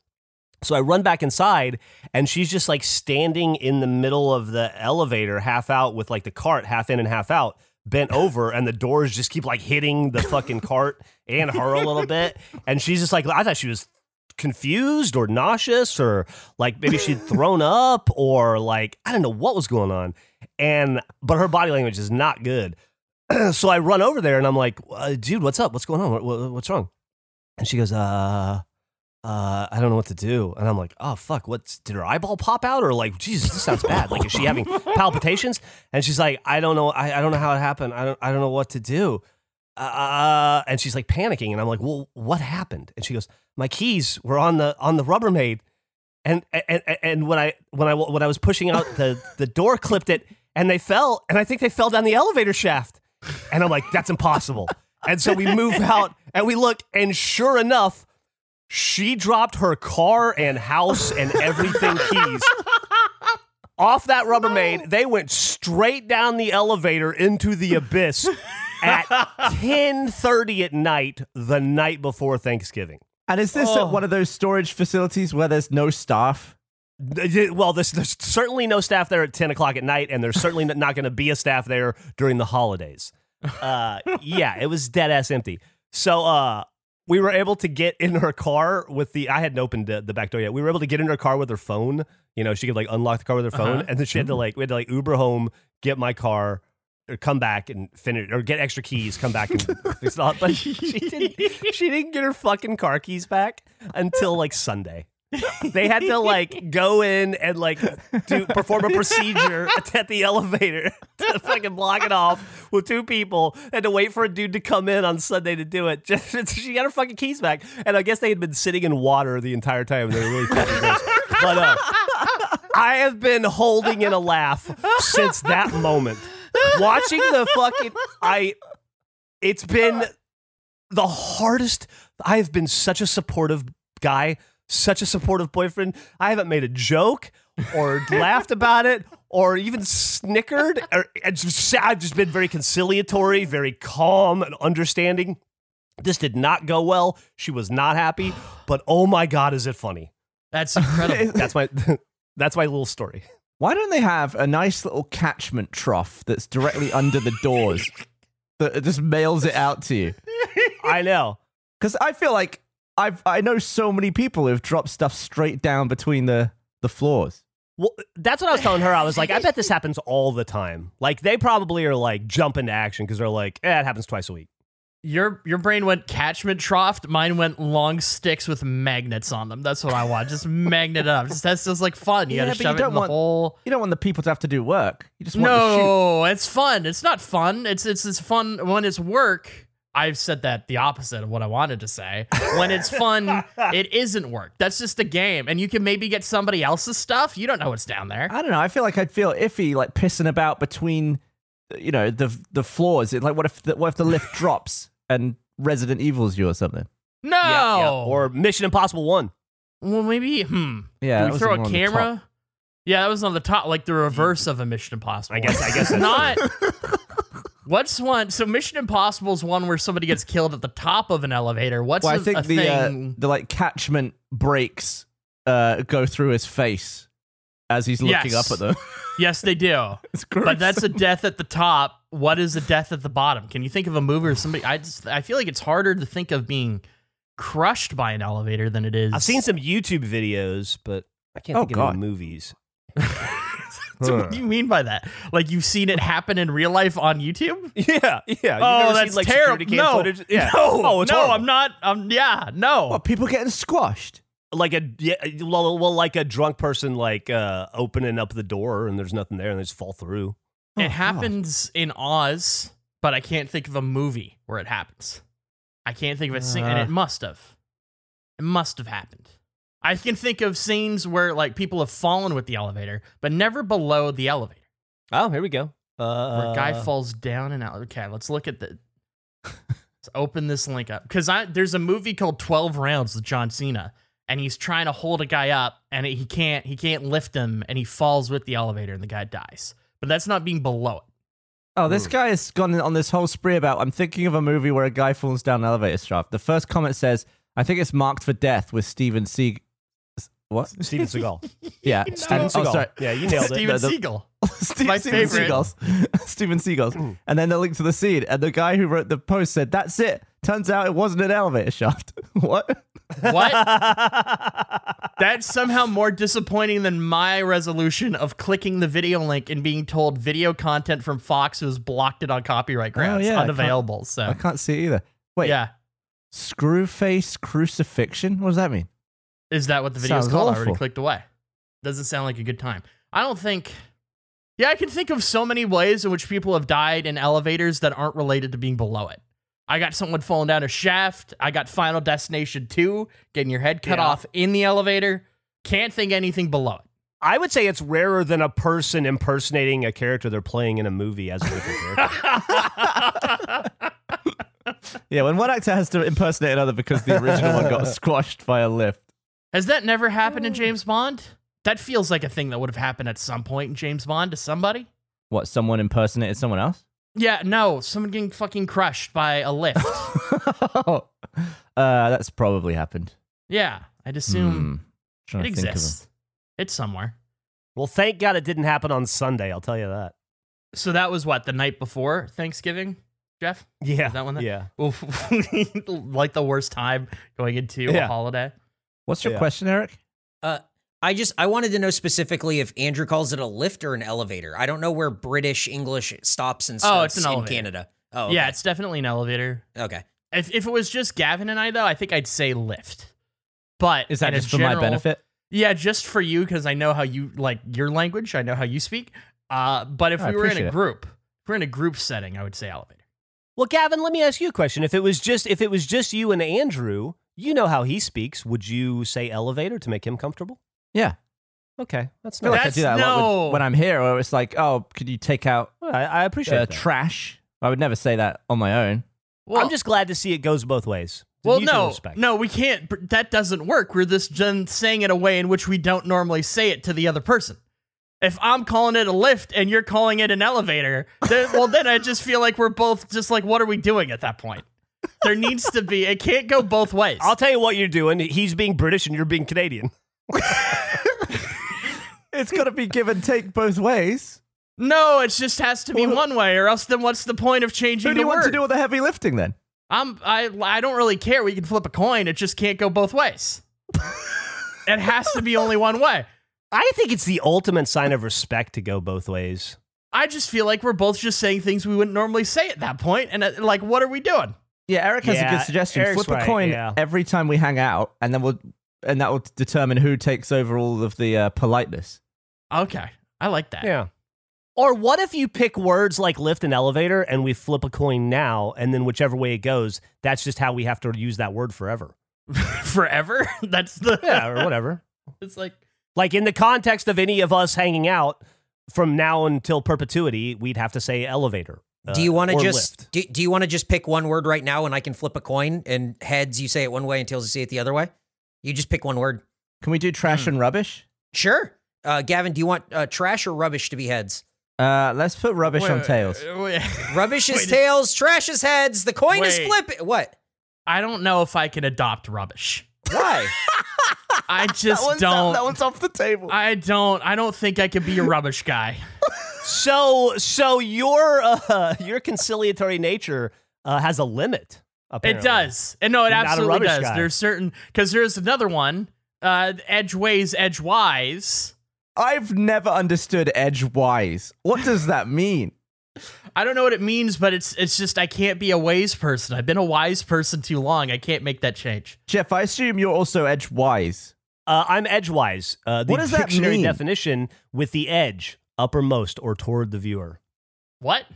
[SPEAKER 3] So I run back inside, and she's just like standing in the middle of the elevator, half out with like the cart half in and half out, bent over, and the doors just keep like hitting the fucking cart and her a little bit. And she's just like, I thought she was confused or nauseous, or like maybe she'd thrown up, or like I don't know what was going on. And but her body language is not good. so I run over there and I'm like, uh, dude, what's up? What's going on? What, what, what's wrong? And she goes, uh, uh, I don't know what to do. And I'm like, oh, fuck, what's, did her eyeball pop out? Or like, Jesus, this sounds bad. Like, is she having palpitations? And she's like, I don't know. I, I don't know how it happened. I don't, I don't know what to do. Uh, and she's like panicking. And I'm like, well, what happened? And she goes, my keys were on the, on the Rubbermaid. And, and, and- and when I, when I, when I was pushing out the, the door clipped it and they fell. And I think they fell down the elevator shaft. And I'm like, that's impossible. And so we move out and we look, and sure enough, she dropped her car and house and everything keys off that Rubbermaid. They went straight down the elevator into the abyss at 10:30 at night the night before Thanksgiving.
[SPEAKER 4] And is this at one of those storage facilities where there's no staff?
[SPEAKER 3] Well, there's, there's certainly no staff there at 10 o'clock at night, and there's certainly not going to be a staff there during the holidays. Uh, yeah, it was dead ass empty. So uh, we were able to get in her car with the. I hadn't opened the, the back door yet. We were able to get in her car with her phone. You know, she could like unlock the car with her phone, and then she had to like we had to like Uber home, get my car. Or come back and finish, or get extra keys. Come back and fix it all. But she didn't. She didn't get her fucking car keys back until like Sunday they had to like go in and like do perform a procedure at the elevator to fucking block it off with two people and to wait for a dude to come in on Sunday to do it. Just she got her fucking keys back, and I guess they had been sitting in water the entire time. They were really fucking gross. But uh, I have been holding in a laugh since that moment. Watching the fucking I, it's been the hardest. I have been such a supportive guy, such a supportive boyfriend. I haven't made a joke or laughed about it or even snickered. Or, it's just- I've just been very conciliatory, very calm and understanding. This did not go well. She was not happy, but oh my god, is it funny?
[SPEAKER 1] That's incredible.
[SPEAKER 3] That's my that's my little story.
[SPEAKER 4] Why don't they have a nice little catchment trough that's directly under the doors that just mails it out to you?
[SPEAKER 3] I know.
[SPEAKER 4] Because I feel like I've I know so many people who've dropped stuff straight down between the the floors.
[SPEAKER 3] Well, that's what I was telling her. I was like, I bet this happens all the time. Like they probably are like jump into action because they're like, eh, it happens twice a week.
[SPEAKER 1] Your your brain went catchment trough. Mine went long sticks with magnets on them. That's what I want. Just magnet up. Just, that's just like fun. You
[SPEAKER 4] Yeah,
[SPEAKER 1] got
[SPEAKER 4] but
[SPEAKER 1] to
[SPEAKER 4] you
[SPEAKER 1] shove it
[SPEAKER 4] don't
[SPEAKER 1] in the
[SPEAKER 4] want-
[SPEAKER 1] hole.
[SPEAKER 4] You don't want the people to have to do work. You just want to shoot.
[SPEAKER 1] No, it's fun. It's not fun. It's it's it's fun when it's work. I've said that the opposite of what I wanted to say. When it's fun, it isn't work. That's just a game, and you can maybe get somebody else's stuff. You don't know what's down there.
[SPEAKER 4] I don't know. I feel like I'd feel iffy, like pissing about between, you know, the the floors. It, like, what if the, what if the lift drops and Resident Evil's you or something?
[SPEAKER 1] No.
[SPEAKER 3] Yeah, yeah. Or Mission Impossible One.
[SPEAKER 1] well, maybe. Hmm.
[SPEAKER 4] Yeah,
[SPEAKER 1] Can
[SPEAKER 4] that
[SPEAKER 1] we
[SPEAKER 4] was
[SPEAKER 1] throw
[SPEAKER 4] the
[SPEAKER 1] a
[SPEAKER 4] one on the
[SPEAKER 1] camera? yeah, that was on the top, like the reverse of a Mission Impossible.
[SPEAKER 3] I guess- I guess that's
[SPEAKER 1] not. What's one? So Mission Impossible is one where somebody gets killed at the top of an elevator. What's
[SPEAKER 4] Well,
[SPEAKER 1] a,
[SPEAKER 4] I think
[SPEAKER 1] a
[SPEAKER 4] the uh,
[SPEAKER 1] thing?
[SPEAKER 4] the like catchment breaks uh, go through his face as he's looking
[SPEAKER 1] Yes.
[SPEAKER 4] up at them.
[SPEAKER 1] yes, they do.
[SPEAKER 4] it's gross.
[SPEAKER 1] But that's a death at the top. What is a death at the bottom? Can you think of a movie or somebody? I just, I feel like it's harder to think of being crushed by an elevator than it is.
[SPEAKER 3] I've seen some YouTube videos, but I can't
[SPEAKER 4] Oh,
[SPEAKER 3] think
[SPEAKER 4] God.
[SPEAKER 3] of any movies.
[SPEAKER 1] So what do you mean by that? Like you've seen it happen in real life on YouTube?
[SPEAKER 3] Yeah, yeah. You've never
[SPEAKER 1] oh,
[SPEAKER 3] seen,
[SPEAKER 1] that's
[SPEAKER 3] like, security
[SPEAKER 1] terrible. No,
[SPEAKER 3] cam footage? Yeah.
[SPEAKER 1] no,
[SPEAKER 3] oh, it's
[SPEAKER 1] no.
[SPEAKER 3] horrible.
[SPEAKER 1] I'm not. I'm yeah. No.
[SPEAKER 4] What, people getting squashed?
[SPEAKER 3] like a yeah, well, well, like a drunk person like uh opening up the door and there's nothing there and they just fall through.
[SPEAKER 4] Oh,
[SPEAKER 1] it happens in Oz, but I can't think of a movie where it happens. I can't think of a scene, and
[SPEAKER 4] Uh.
[SPEAKER 1] it must have. It must have happened. I can think of scenes where like people have fallen with the elevator, but never below the elevator.
[SPEAKER 3] Oh, here we go. Uh,
[SPEAKER 1] Where a guy falls down and out. Okay, let's look at the. let's open this link up because I there's a movie called Twelve Rounds with John Cena, and he's trying to hold a guy up, and he can't. He can't lift him, and he falls with the elevator, and the guy dies. But that's not being below it.
[SPEAKER 4] Oh, this guy has gone on this whole spree about. I'm thinking of a movie where a guy falls down an elevator shaft. The first comment says, "I think it's marked for death with Steven Seag." What?
[SPEAKER 3] Steven Seagal.
[SPEAKER 4] Yeah,
[SPEAKER 3] Steven
[SPEAKER 4] Steven
[SPEAKER 3] Seagal.
[SPEAKER 4] Oh, sorry.
[SPEAKER 3] Yeah, you nailed it.
[SPEAKER 1] Steven
[SPEAKER 4] No, the-
[SPEAKER 1] Seagal.
[SPEAKER 4] Steve,
[SPEAKER 1] My
[SPEAKER 4] Steven
[SPEAKER 1] favorite.
[SPEAKER 4] Seagulls. Steven Seagulls. And then the link to the seed. And the guy who wrote the post said, That's it. Turns out it wasn't an elevator shaft. what?
[SPEAKER 1] What? That's somehow more disappointing than my resolution of clicking the video link and being told video content from Fox who has blocked it on copyright grounds,
[SPEAKER 4] Oh, yeah, I can't-
[SPEAKER 1] unavailable. So
[SPEAKER 4] I can't see it either. Wait,
[SPEAKER 1] yeah,
[SPEAKER 4] Screwface Crucifixion? What does that mean?
[SPEAKER 1] is that what the video is
[SPEAKER 4] Sounds
[SPEAKER 1] called? I already
[SPEAKER 4] awful.
[SPEAKER 1] clicked away. Doesn't sound like a good time. I don't think. Yeah, I can think of so many ways in which people have died in elevators that aren't related to being below it. I got someone falling down a shaft. I got Final Destination 2, getting your head cut
[SPEAKER 3] Yeah.
[SPEAKER 1] off in the elevator. Can't think anything below it.
[SPEAKER 3] I would say it's rarer than a person impersonating a character they're playing in a movie as a different character.
[SPEAKER 4] Yeah, when one actor has to impersonate another because the original one got squashed by a lift.
[SPEAKER 1] Has that never happened in
[SPEAKER 4] Hmm.
[SPEAKER 1] James Bond? That feels like a thing that would have happened at some point in James Bond to somebody.
[SPEAKER 4] What, someone impersonated someone else?
[SPEAKER 1] Yeah, no, someone getting fucking crushed by a lift.
[SPEAKER 4] uh, that's probably happened.
[SPEAKER 1] yeah, I'd assume
[SPEAKER 4] Hmm. Trying
[SPEAKER 1] it
[SPEAKER 4] to think of
[SPEAKER 1] exists. It's somewhere.
[SPEAKER 3] Well, thank God it didn't happen on Sunday. I'll tell you that.
[SPEAKER 1] So that was what the night before Thanksgiving, Jeff.
[SPEAKER 3] Yeah,
[SPEAKER 1] Is that one that-
[SPEAKER 3] yeah.
[SPEAKER 1] Oof. like the worst time going into a
[SPEAKER 3] Yeah.
[SPEAKER 1] holiday.
[SPEAKER 4] What's your
[SPEAKER 3] Yeah.
[SPEAKER 4] question, Eric?
[SPEAKER 5] Uh, I just I wanted to know specifically if Andrew calls it a lift or an elevator. I don't know where British English stops and starts
[SPEAKER 1] Oh, it's an
[SPEAKER 5] in
[SPEAKER 1] elevator.
[SPEAKER 5] Canada. Oh,
[SPEAKER 1] Yeah,
[SPEAKER 5] okay.
[SPEAKER 1] it's definitely an elevator.
[SPEAKER 5] okay.
[SPEAKER 1] If if it was just Gavin and I though, I think I'd say lift. But
[SPEAKER 4] Is that
[SPEAKER 1] in a
[SPEAKER 4] just for my
[SPEAKER 1] general-
[SPEAKER 4] benefit?
[SPEAKER 1] Yeah, just for you because I know how you like your language. I know how you speak. Uh, but if
[SPEAKER 4] I
[SPEAKER 1] we were in
[SPEAKER 4] appreciate
[SPEAKER 1] a
[SPEAKER 4] it.
[SPEAKER 1] group, if we're in a group setting, I would say elevator.
[SPEAKER 3] Well, Gavin, let me ask you a question. If it was just if it was just you and Andrew, you know how he speaks. Would you say elevator to make him comfortable?
[SPEAKER 4] Yeah.
[SPEAKER 3] Okay, that's
[SPEAKER 4] I feel
[SPEAKER 3] nice.
[SPEAKER 4] like I
[SPEAKER 1] That's-
[SPEAKER 4] do that a lot
[SPEAKER 1] no.
[SPEAKER 4] with, when I'm here, or it's like, oh, could you take out
[SPEAKER 3] Well, I, I appreciate
[SPEAKER 4] uh,
[SPEAKER 3] that.
[SPEAKER 4] trash? I would never say that on my own.
[SPEAKER 1] Well,
[SPEAKER 3] I'm just glad to see it goes both ways. It's
[SPEAKER 1] well,
[SPEAKER 3] mutual
[SPEAKER 1] no,
[SPEAKER 3] respect.
[SPEAKER 1] no, we can't. pr- That doesn't work. We're just then saying it a way in which we don't normally say it to the other person. If I'm calling it a lift and you're calling it an elevator, then, well, then I just feel like we're both just like, what are we doing at that point? There needs to be. It can't go both ways.
[SPEAKER 3] I'll tell you what you're doing. He's being British and you're being Canadian.
[SPEAKER 4] It's got to be give and take both ways.
[SPEAKER 1] no, it just has to be one way, or else then what's the point of changing
[SPEAKER 4] Who do
[SPEAKER 1] the
[SPEAKER 4] you want
[SPEAKER 1] word?
[SPEAKER 4] to do all the heavy lifting then?
[SPEAKER 1] I'm I I don't really care. We can flip a coin. It just can't go both ways. it has to be only one way.
[SPEAKER 3] I think it's the ultimate sign of respect to go both ways.
[SPEAKER 1] I just feel like we're both just saying things we wouldn't normally say at that point, and uh, like, what are we doing?
[SPEAKER 4] Yeah, Eric has
[SPEAKER 3] Yeah,
[SPEAKER 4] a good suggestion.
[SPEAKER 3] Eric's
[SPEAKER 4] Flip
[SPEAKER 3] right,
[SPEAKER 4] a coin
[SPEAKER 3] yeah.
[SPEAKER 4] every time we hang out, and then we'll and that will determine who takes over all of the uh, politeness.
[SPEAKER 1] Okay, I like that.
[SPEAKER 3] Yeah. Or what if you pick words like lift and elevator and we flip a coin now and then whichever way it goes, that's just how we have to use that word forever.
[SPEAKER 1] Forever. That's the.
[SPEAKER 3] Yeah, or whatever.
[SPEAKER 1] It's like
[SPEAKER 3] like in the context of any of us hanging out from now until perpetuity, we'd have to say elevator. uh,
[SPEAKER 5] do you want to
[SPEAKER 3] or
[SPEAKER 5] just
[SPEAKER 3] lift.
[SPEAKER 5] do, do you want to just pick one word right now and I can flip a coin and heads you say it one way and tails you say it the other way? You just pick one word.
[SPEAKER 4] Can we do
[SPEAKER 1] Hmm.
[SPEAKER 4] trash and rubbish?
[SPEAKER 5] Sure. Uh, Gavin, do you want uh, trash or rubbish to be heads?
[SPEAKER 4] Uh, let's put rubbish on
[SPEAKER 1] wait,
[SPEAKER 4] tails.
[SPEAKER 1] wait.
[SPEAKER 5] Rubbish is
[SPEAKER 1] Wait,
[SPEAKER 5] tails, trash is heads. The coin is
[SPEAKER 1] Wait.
[SPEAKER 5] flipping. What?
[SPEAKER 1] I don't know if I can adopt rubbish.
[SPEAKER 5] Why?
[SPEAKER 1] I just
[SPEAKER 4] that one's
[SPEAKER 1] don't.
[SPEAKER 4] Out, that one's off the table.
[SPEAKER 1] I don't. I don't think I can be a rubbish guy.
[SPEAKER 3] So, so your uh, your conciliatory nature uh, has a limit. Apparently.
[SPEAKER 1] It does. And no, it
[SPEAKER 3] You're not a
[SPEAKER 1] absolutely
[SPEAKER 3] rubbish
[SPEAKER 1] does.
[SPEAKER 3] guy.
[SPEAKER 1] There's certain because there's another one, uh, edgeways, edgewise,
[SPEAKER 4] I've never understood edgewise. What does that mean?
[SPEAKER 1] I don't know what it means, but it's it's just I can't be a ways person. I've been a wise person too long. I can't make that change.
[SPEAKER 4] Jeff, I assume you're also edgewise.
[SPEAKER 3] Uh, I'm edgewise. Uh, the
[SPEAKER 4] What does that
[SPEAKER 3] dictionary
[SPEAKER 4] mean? definition
[SPEAKER 3] definition with the edge uppermost or toward the viewer.
[SPEAKER 1] What?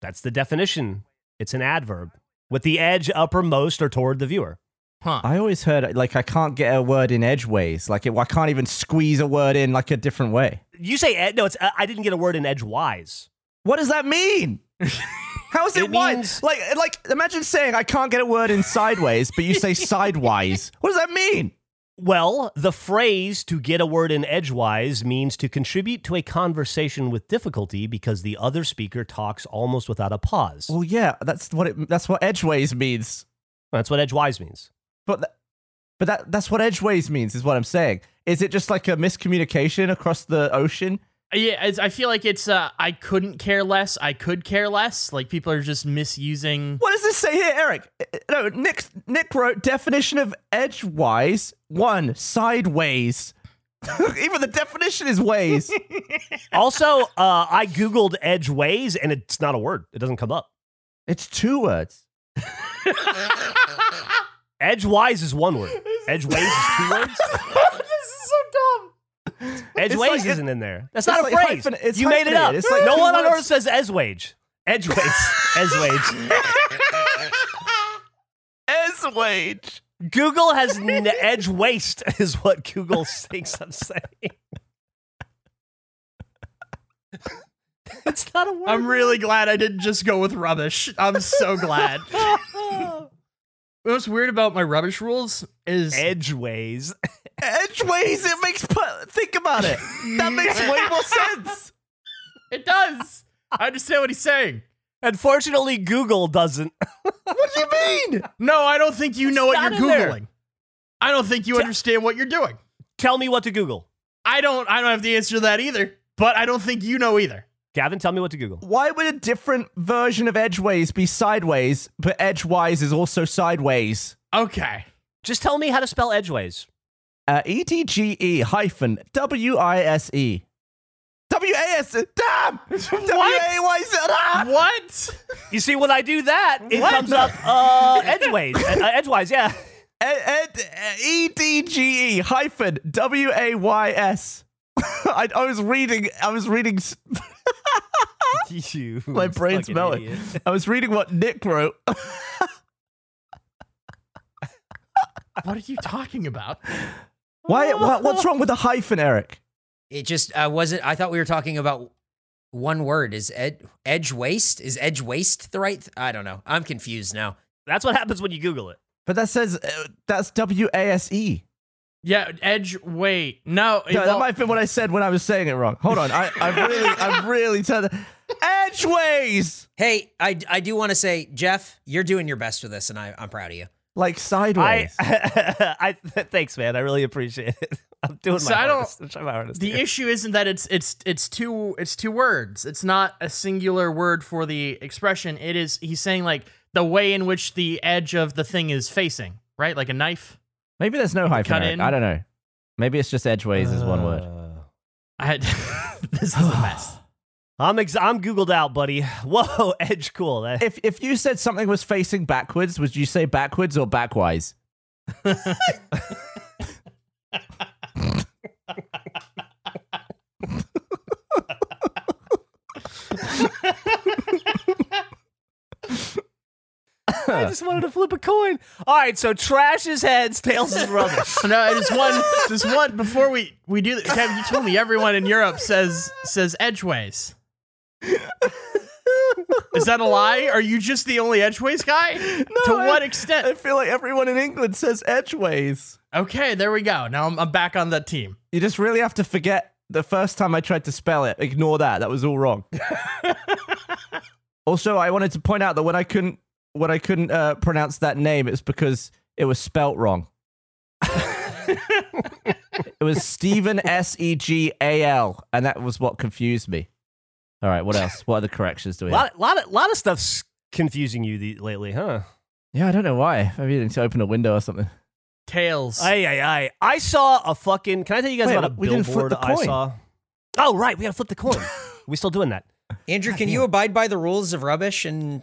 [SPEAKER 3] That's the definition. It's an adverb with the edge uppermost or toward the viewer.
[SPEAKER 1] Huh.
[SPEAKER 4] I always heard like I can't get a word in edgeways. Like it, I can't even squeeze a word in like a different way.
[SPEAKER 3] You say ed- no. It's uh, I didn't get a word in edgewise.
[SPEAKER 4] What does that mean? How is it,
[SPEAKER 3] It
[SPEAKER 4] wise?
[SPEAKER 3] means-
[SPEAKER 4] Like, like imagine saying I can't get a word in sideways, but you say sidewise. What does that mean?
[SPEAKER 3] Well, the phrase to get a word in edgewise means to contribute to a conversation with difficulty because the other speaker talks almost without a pause.
[SPEAKER 4] Well, yeah, that's what it. That's what edgeways means.
[SPEAKER 3] That's what edgewise means.
[SPEAKER 4] But, th- but that that's what edgeways means. Is what I'm saying. Is it just like a miscommunication across the ocean?
[SPEAKER 1] Yeah, it's, I feel like it's uh, I couldn't care less. I could care less. Like people are just misusing.
[SPEAKER 4] What does this say here, Eric? Uh, No, Nick. Nick wrote definition of edgewise one sideways. Even the definition is ways.
[SPEAKER 3] also, uh, I googled edgeways and it's not a word. It doesn't come up.
[SPEAKER 4] it's two words.
[SPEAKER 3] Edgewise is one word. Edgeways is two words.
[SPEAKER 1] this is so dumb.
[SPEAKER 3] Edgeways
[SPEAKER 4] like-
[SPEAKER 3] isn't in there. That's
[SPEAKER 4] it's
[SPEAKER 3] not a
[SPEAKER 4] like
[SPEAKER 3] phrase.
[SPEAKER 4] hyphen- it's
[SPEAKER 3] you made it up.
[SPEAKER 4] hyphenated. It's like
[SPEAKER 3] no
[SPEAKER 4] two
[SPEAKER 3] one on
[SPEAKER 4] words.
[SPEAKER 3] earth says edgewage. Edgeways. edgewage.
[SPEAKER 4] Edgewage.
[SPEAKER 3] Google has n- edge waste is what Google thinks I'm saying. it's not a word.
[SPEAKER 1] I'm really glad I didn't just go with rubbish. I'm so glad. What's weird about my rubbish rules is
[SPEAKER 3] edgeways.
[SPEAKER 4] Edgeways. It makes. pu- Think about it. That makes way more sense.
[SPEAKER 1] it does. I understand what he's saying.
[SPEAKER 3] Unfortunately, Google doesn't.
[SPEAKER 4] What do you mean?
[SPEAKER 1] No, I don't think you know what
[SPEAKER 3] not
[SPEAKER 1] you're
[SPEAKER 3] in there.
[SPEAKER 1] googling. I don't think you understand what you're doing.
[SPEAKER 3] Tell me what to Google.
[SPEAKER 1] I don't. I don't have the answer to that either. But I don't think you know either.
[SPEAKER 3] Gavin, tell me what to Google.
[SPEAKER 4] Why would a different version of edgeways be sideways, but edgewise is also sideways?
[SPEAKER 1] Okay.
[SPEAKER 3] Just tell me how to spell edgeways.
[SPEAKER 4] Uh, e T G E hyphen W I S E. W A S. E. Damn! W A Y Z. ah!
[SPEAKER 1] What?
[SPEAKER 3] You see, when I do that, it comes up uh, edgeways. Uh, edgeways, yeah.
[SPEAKER 4] Ed- Ed- E D G E hyphen W A Y S. I, I was reading. I was reading. s-
[SPEAKER 3] You
[SPEAKER 4] My brain's
[SPEAKER 3] fucking
[SPEAKER 4] melting.
[SPEAKER 3] idiot.
[SPEAKER 4] I was reading what Nick wrote.
[SPEAKER 1] What are you talking about?
[SPEAKER 4] Why? What, what's wrong with the hyphen, Eric?
[SPEAKER 5] It just uh, wasn't. I thought we were talking about one word. Is ed, edge waste? Is edge waste the right? Th- I don't know. I'm confused now.
[SPEAKER 3] That's what happens when you Google it.
[SPEAKER 4] But that says uh, that's W A S E.
[SPEAKER 1] Yeah, Edge. Wait, no.
[SPEAKER 4] No, that
[SPEAKER 1] well,
[SPEAKER 4] might have been what I said when I was saying it wrong. Hold on, I, I really, I really turned edgeways,
[SPEAKER 5] Hey, I, I do want to say, Jeff, you're doing your best with this, and I, I'm proud of you.
[SPEAKER 4] like
[SPEAKER 3] I,
[SPEAKER 4] sideways.
[SPEAKER 3] I thanks, man. I really appreciate it. I'm doing
[SPEAKER 1] So
[SPEAKER 3] my
[SPEAKER 1] I don't-
[SPEAKER 3] hardest. I'm trying my hardest.
[SPEAKER 1] the
[SPEAKER 3] here.
[SPEAKER 1] issue isn't that it's it's it's two it's two words. It's not a singular word for the expression. It is he's saying like the way in which the edge of the thing is facing, right? Like a knife.
[SPEAKER 4] Maybe there's no hyphen.
[SPEAKER 1] Cut
[SPEAKER 4] Eric.
[SPEAKER 1] in.
[SPEAKER 4] I don't know. Maybe it's just edgeways is one word.
[SPEAKER 3] Uh,
[SPEAKER 1] I had this is a mess.
[SPEAKER 3] I'm ex- I'm googled out, buddy. Whoa, edge cool. That-
[SPEAKER 4] If if you said something was facing backwards, would you say backwards or backwise?
[SPEAKER 3] I just wanted to flip a coin. All right, so trash is heads, tails is rubbish.
[SPEAKER 1] No, just one just one before we we do this. Kevin, you told me everyone in Europe says says edgeways. Is that a lie? Are you just the only edgeways guy? to
[SPEAKER 4] I-
[SPEAKER 1] what extent?
[SPEAKER 4] I feel like everyone in England says edgeways.
[SPEAKER 1] Okay, there we go. Now I'm, I'm back on that team.
[SPEAKER 4] You just really have to forget the first time I tried to spell it. Ignore that. That was all wrong. also, I wanted to point out that when I couldn't when I couldn't uh, pronounce that name, it's because it was spelt wrong. it was Stephen S E G A L, and that was what confused me. All right, what else? What other corrections do we have?
[SPEAKER 3] lot, lot, of, lot of stuff's confusing you the, lately, huh?
[SPEAKER 4] Yeah, I don't know why. Maybe you need to open a window or something.
[SPEAKER 1] Tails.
[SPEAKER 3] Aye, aye, aye. I saw a fucking. Can I tell you guys
[SPEAKER 4] Wait,
[SPEAKER 3] about a
[SPEAKER 4] we didn't flip
[SPEAKER 3] billboard
[SPEAKER 4] the
[SPEAKER 3] I
[SPEAKER 4] coin.
[SPEAKER 3] saw? Oh, right. We got to flip the coin. we still doing that.
[SPEAKER 5] Andrew, can you abide by the rules of rubbish and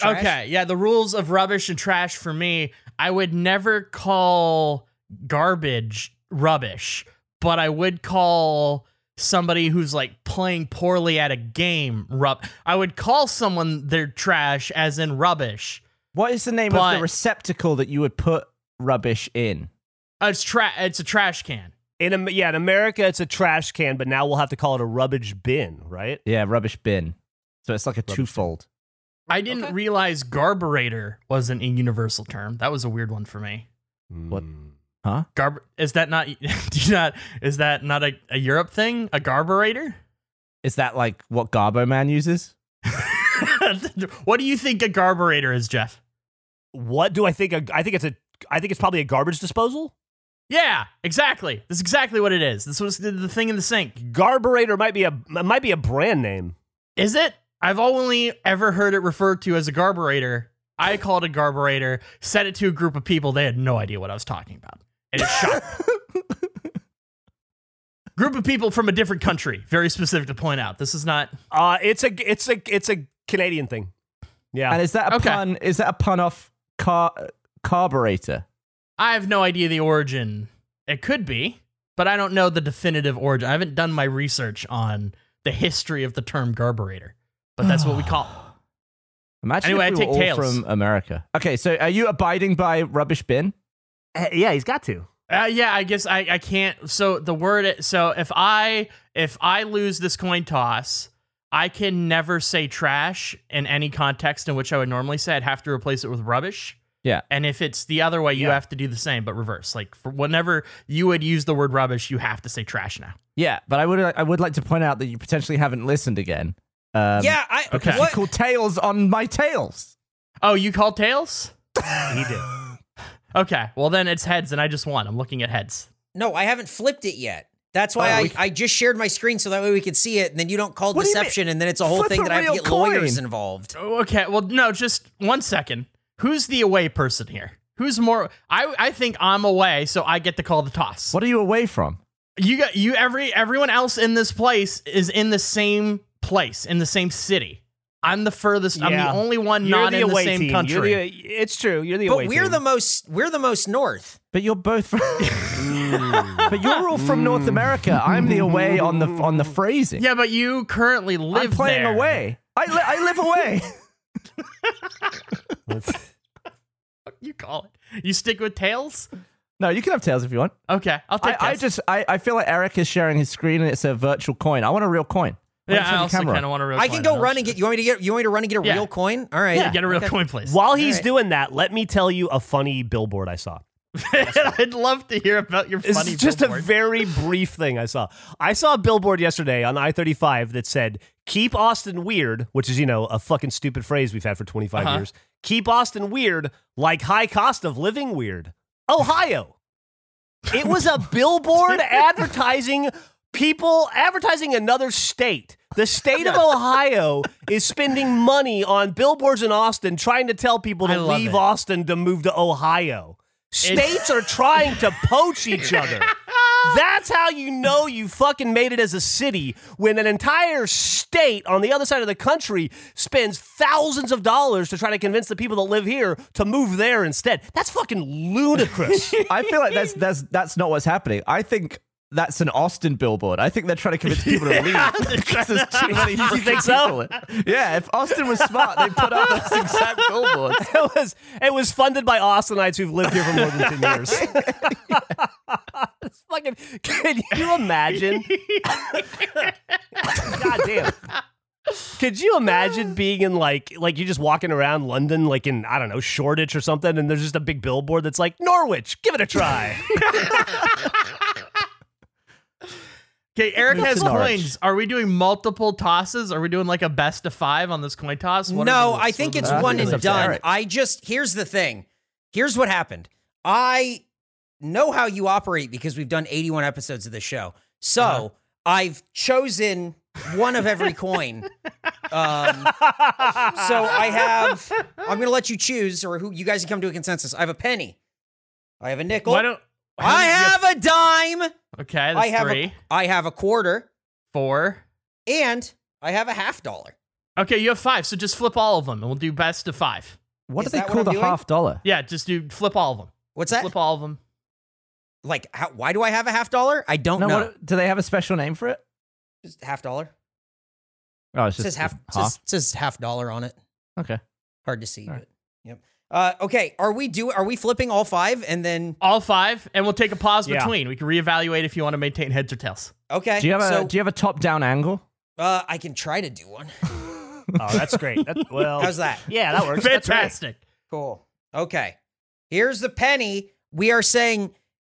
[SPEAKER 5] trash?
[SPEAKER 1] Okay, yeah, the rules of rubbish and trash for me, I would never call garbage rubbish, but I would call somebody who's like playing poorly at a game rub. I would call someone their trash as in rubbish.
[SPEAKER 4] What is the name of
[SPEAKER 1] But-
[SPEAKER 4] the receptacle that you would put rubbish in?
[SPEAKER 1] Uh, It's tra- it's a trash can.
[SPEAKER 3] In Am- yeah, in America, it's a trash can, but now we'll have to call it a rubbish bin, right?
[SPEAKER 4] Yeah, rubbish bin. So it's like a twofold.
[SPEAKER 1] I didn't realize garburator wasn't a universal term. That was a weird one for me.
[SPEAKER 4] What?
[SPEAKER 3] Hmm.
[SPEAKER 4] Huh?
[SPEAKER 1] Garb is that not do you not is that not a, a Europe thing? A garburator?
[SPEAKER 4] Is that like what Garbo Man uses?
[SPEAKER 1] what do you think a garburator is, Jeff?
[SPEAKER 3] What do I think? a- I think it's a. I think it's probably a garbage disposal.
[SPEAKER 1] Yeah, exactly. That's exactly what it is. This was the, the thing in the sink.
[SPEAKER 3] Garburator might be a might be a brand name.
[SPEAKER 1] Is it? I've only ever heard it referred to as a garburator. I called it a garburator, said it to a group of people. They had no idea what I was talking about. And it shocked me. Group of people from a different country. Very specific to point out. This is not.
[SPEAKER 3] Uh, it's a it's a it's a Canadian thing. Yeah,
[SPEAKER 4] And is that a
[SPEAKER 1] Okay.
[SPEAKER 4] pun? Is that a pun off car carburetor?
[SPEAKER 1] I have no idea the origin. It could be, but I don't know the definitive origin. I haven't done my research on the history of the term garburator, but that's what we call it.
[SPEAKER 4] Imagine
[SPEAKER 1] Anyway, I
[SPEAKER 4] if we
[SPEAKER 1] take
[SPEAKER 4] were all
[SPEAKER 1] tails.
[SPEAKER 4] from America. Okay, so are you abiding by rubbish bin? eh,
[SPEAKER 3] Uh, yeah, he's got to.
[SPEAKER 1] Uh, yeah, I guess I, I can't. So the word. So if I if I lose this coin toss, I can never say trash in any context in which I would normally say. I'd have to replace it with rubbish.
[SPEAKER 4] Yeah.
[SPEAKER 1] And if it's the other way, you have to do the same but reverse. Like for whenever you would use the word rubbish, you have to say trash now.
[SPEAKER 4] Yeah, but I would I would like to point out that you potentially haven't listened again. Um,
[SPEAKER 5] Yeah, I
[SPEAKER 1] Okay.
[SPEAKER 5] what?
[SPEAKER 4] Call tails on my tails.
[SPEAKER 1] Oh, you call tails?
[SPEAKER 3] He did.
[SPEAKER 1] Okay. Well, then it's heads, and I just won. I'm looking at heads.
[SPEAKER 5] No, I haven't flipped it yet. That's why I, I just shared my screen so that way we could see it, and then you don't call
[SPEAKER 4] Oh, What do you mean?
[SPEAKER 5] deception, and then it's a whole
[SPEAKER 4] Flip
[SPEAKER 5] thing
[SPEAKER 4] a
[SPEAKER 5] that I have to
[SPEAKER 4] real
[SPEAKER 5] get lawyers
[SPEAKER 4] coin.
[SPEAKER 5] involved.
[SPEAKER 1] Oh, Okay. Well, no, just one second. Who's the away person here? Who's more? I I think I'm away, so I get to call the toss.
[SPEAKER 4] What are you away from?
[SPEAKER 1] you got you every everyone else in this place is in the same place in the same city i'm the furthest i'm
[SPEAKER 3] Yeah.
[SPEAKER 1] the only one
[SPEAKER 3] You're
[SPEAKER 1] not in the
[SPEAKER 3] away
[SPEAKER 1] same
[SPEAKER 3] team. You're
[SPEAKER 1] country
[SPEAKER 3] the- it's true. You're the away
[SPEAKER 5] But we're
[SPEAKER 3] team.
[SPEAKER 5] the most we're the most north.
[SPEAKER 4] But you're both from. but you're all from North America. I'm the away on the on the phrasing.
[SPEAKER 1] yeah but you currently live
[SPEAKER 4] I'm playing
[SPEAKER 1] there.
[SPEAKER 4] away. I, li- I live away.
[SPEAKER 1] you call it you stick with tails
[SPEAKER 4] no, you can have tails if you want.
[SPEAKER 1] okay i'll
[SPEAKER 4] I,
[SPEAKER 1] take
[SPEAKER 4] I
[SPEAKER 1] tails.
[SPEAKER 4] just I, I feel like Eric is sharing his screen and it's a virtual coin. I want a real coin. Why don't
[SPEAKER 1] yeah
[SPEAKER 4] you
[SPEAKER 1] i
[SPEAKER 4] have the
[SPEAKER 1] also
[SPEAKER 4] camera?
[SPEAKER 1] kind of want to
[SPEAKER 5] I can go run and get. You want me to get? You want me to run and get a
[SPEAKER 1] Yeah.
[SPEAKER 5] real coin? All right.
[SPEAKER 1] yeah, get a real
[SPEAKER 5] Okay.
[SPEAKER 1] coin please
[SPEAKER 3] While he's
[SPEAKER 5] Alright.
[SPEAKER 3] doing that, let me tell you a funny billboard I saw.
[SPEAKER 1] i'd love to hear about your
[SPEAKER 3] This
[SPEAKER 1] funny
[SPEAKER 3] is just
[SPEAKER 1] billboard.
[SPEAKER 3] a very brief thing I saw. I saw a billboard yesterday on I 35 that said, Keep Austin weird, which is, you know, a fucking stupid phrase we've had for 25
[SPEAKER 1] Uh-huh.
[SPEAKER 3] years. Keep Austin weird, like high cost of living weird. Ohio. It was a billboard advertising people advertising another state. The state of Ohio is spending money on billboards in Austin trying to tell people
[SPEAKER 1] I
[SPEAKER 3] to
[SPEAKER 1] love
[SPEAKER 3] leave
[SPEAKER 1] it.
[SPEAKER 3] Austin to move to Ohio. States are trying to poach each other. That's how you know you fucking made it as a city when an entire state on the other side of the country spends thousands of dollars to try to convince the people that live here to move there instead. That's fucking ludicrous.
[SPEAKER 4] I feel like that's that's that's not what's happening. I think that's an Austin billboard. I think they're trying to convince people to leave. because there's too many you
[SPEAKER 3] think so?
[SPEAKER 4] Yeah, if Austin was smart, they put up those exact billboards.
[SPEAKER 3] it was it was funded by Austinites who've lived here for more than ten years. It's fucking, can you imagine? God damn. Could you imagine being in like like you just walking around London like in I don't know Shoreditch or something and there's just a big billboard that's like Norwich, give it a try.
[SPEAKER 1] okay eric has
[SPEAKER 4] to Norwich.
[SPEAKER 1] coins are we doing multiple tosses are we doing like a best of five on this coin toss What are the
[SPEAKER 5] no,
[SPEAKER 1] rules?
[SPEAKER 5] I think
[SPEAKER 1] What are
[SPEAKER 5] it's
[SPEAKER 1] the rules?
[SPEAKER 5] one
[SPEAKER 4] It's
[SPEAKER 5] and
[SPEAKER 4] up to
[SPEAKER 5] done.
[SPEAKER 4] Eric.
[SPEAKER 5] I just here's the thing. Here's what happened. I know how you operate because we've done 81 episodes of the show. So
[SPEAKER 1] Uh-huh.
[SPEAKER 5] I've chosen one of every coin. Um, so I have. I'm gonna let you choose, or who you guys can come to a consensus. I have a penny. I have a nickel.
[SPEAKER 1] why don't
[SPEAKER 5] I have a dime.
[SPEAKER 1] okay that's
[SPEAKER 5] I have
[SPEAKER 1] three
[SPEAKER 5] a. I have a quarter.
[SPEAKER 1] four.
[SPEAKER 5] And I have a half dollar.
[SPEAKER 1] Okay, you have five. So just flip all of them, and we'll do best of five.
[SPEAKER 4] What
[SPEAKER 5] Is
[SPEAKER 4] do they
[SPEAKER 5] that what
[SPEAKER 4] call
[SPEAKER 5] I'm
[SPEAKER 4] the
[SPEAKER 5] doing?
[SPEAKER 4] half dollar?
[SPEAKER 1] Yeah, just do flip all of them.
[SPEAKER 5] What's that?
[SPEAKER 1] Flip all of them.
[SPEAKER 5] Like, how, why do I have a half dollar? I don't
[SPEAKER 4] No,
[SPEAKER 5] know.
[SPEAKER 4] What, do they have a special name for it?
[SPEAKER 5] Just half dollar.
[SPEAKER 4] Oh, it's
[SPEAKER 5] It
[SPEAKER 4] just
[SPEAKER 5] says half, Says, says half dollar on it.
[SPEAKER 4] Okay.
[SPEAKER 5] Hard to see,
[SPEAKER 4] All right.
[SPEAKER 5] but yep. Uh, okay, are we do? Are we flipping all five and then?
[SPEAKER 1] All five, and we'll take a pause
[SPEAKER 3] Yeah.
[SPEAKER 1] between. We can reevaluate if you want to maintain heads or tails.
[SPEAKER 5] Okay,
[SPEAKER 4] Do you have a
[SPEAKER 5] so
[SPEAKER 4] Do you have a top down angle?
[SPEAKER 5] uh, I can try to do one.
[SPEAKER 3] Oh, that's great. That,
[SPEAKER 4] Oh.
[SPEAKER 3] well,
[SPEAKER 5] How's that?
[SPEAKER 3] Yeah, that works. That's great.
[SPEAKER 1] Fantastic.
[SPEAKER 5] Cool. Okay, here's the penny. We are saying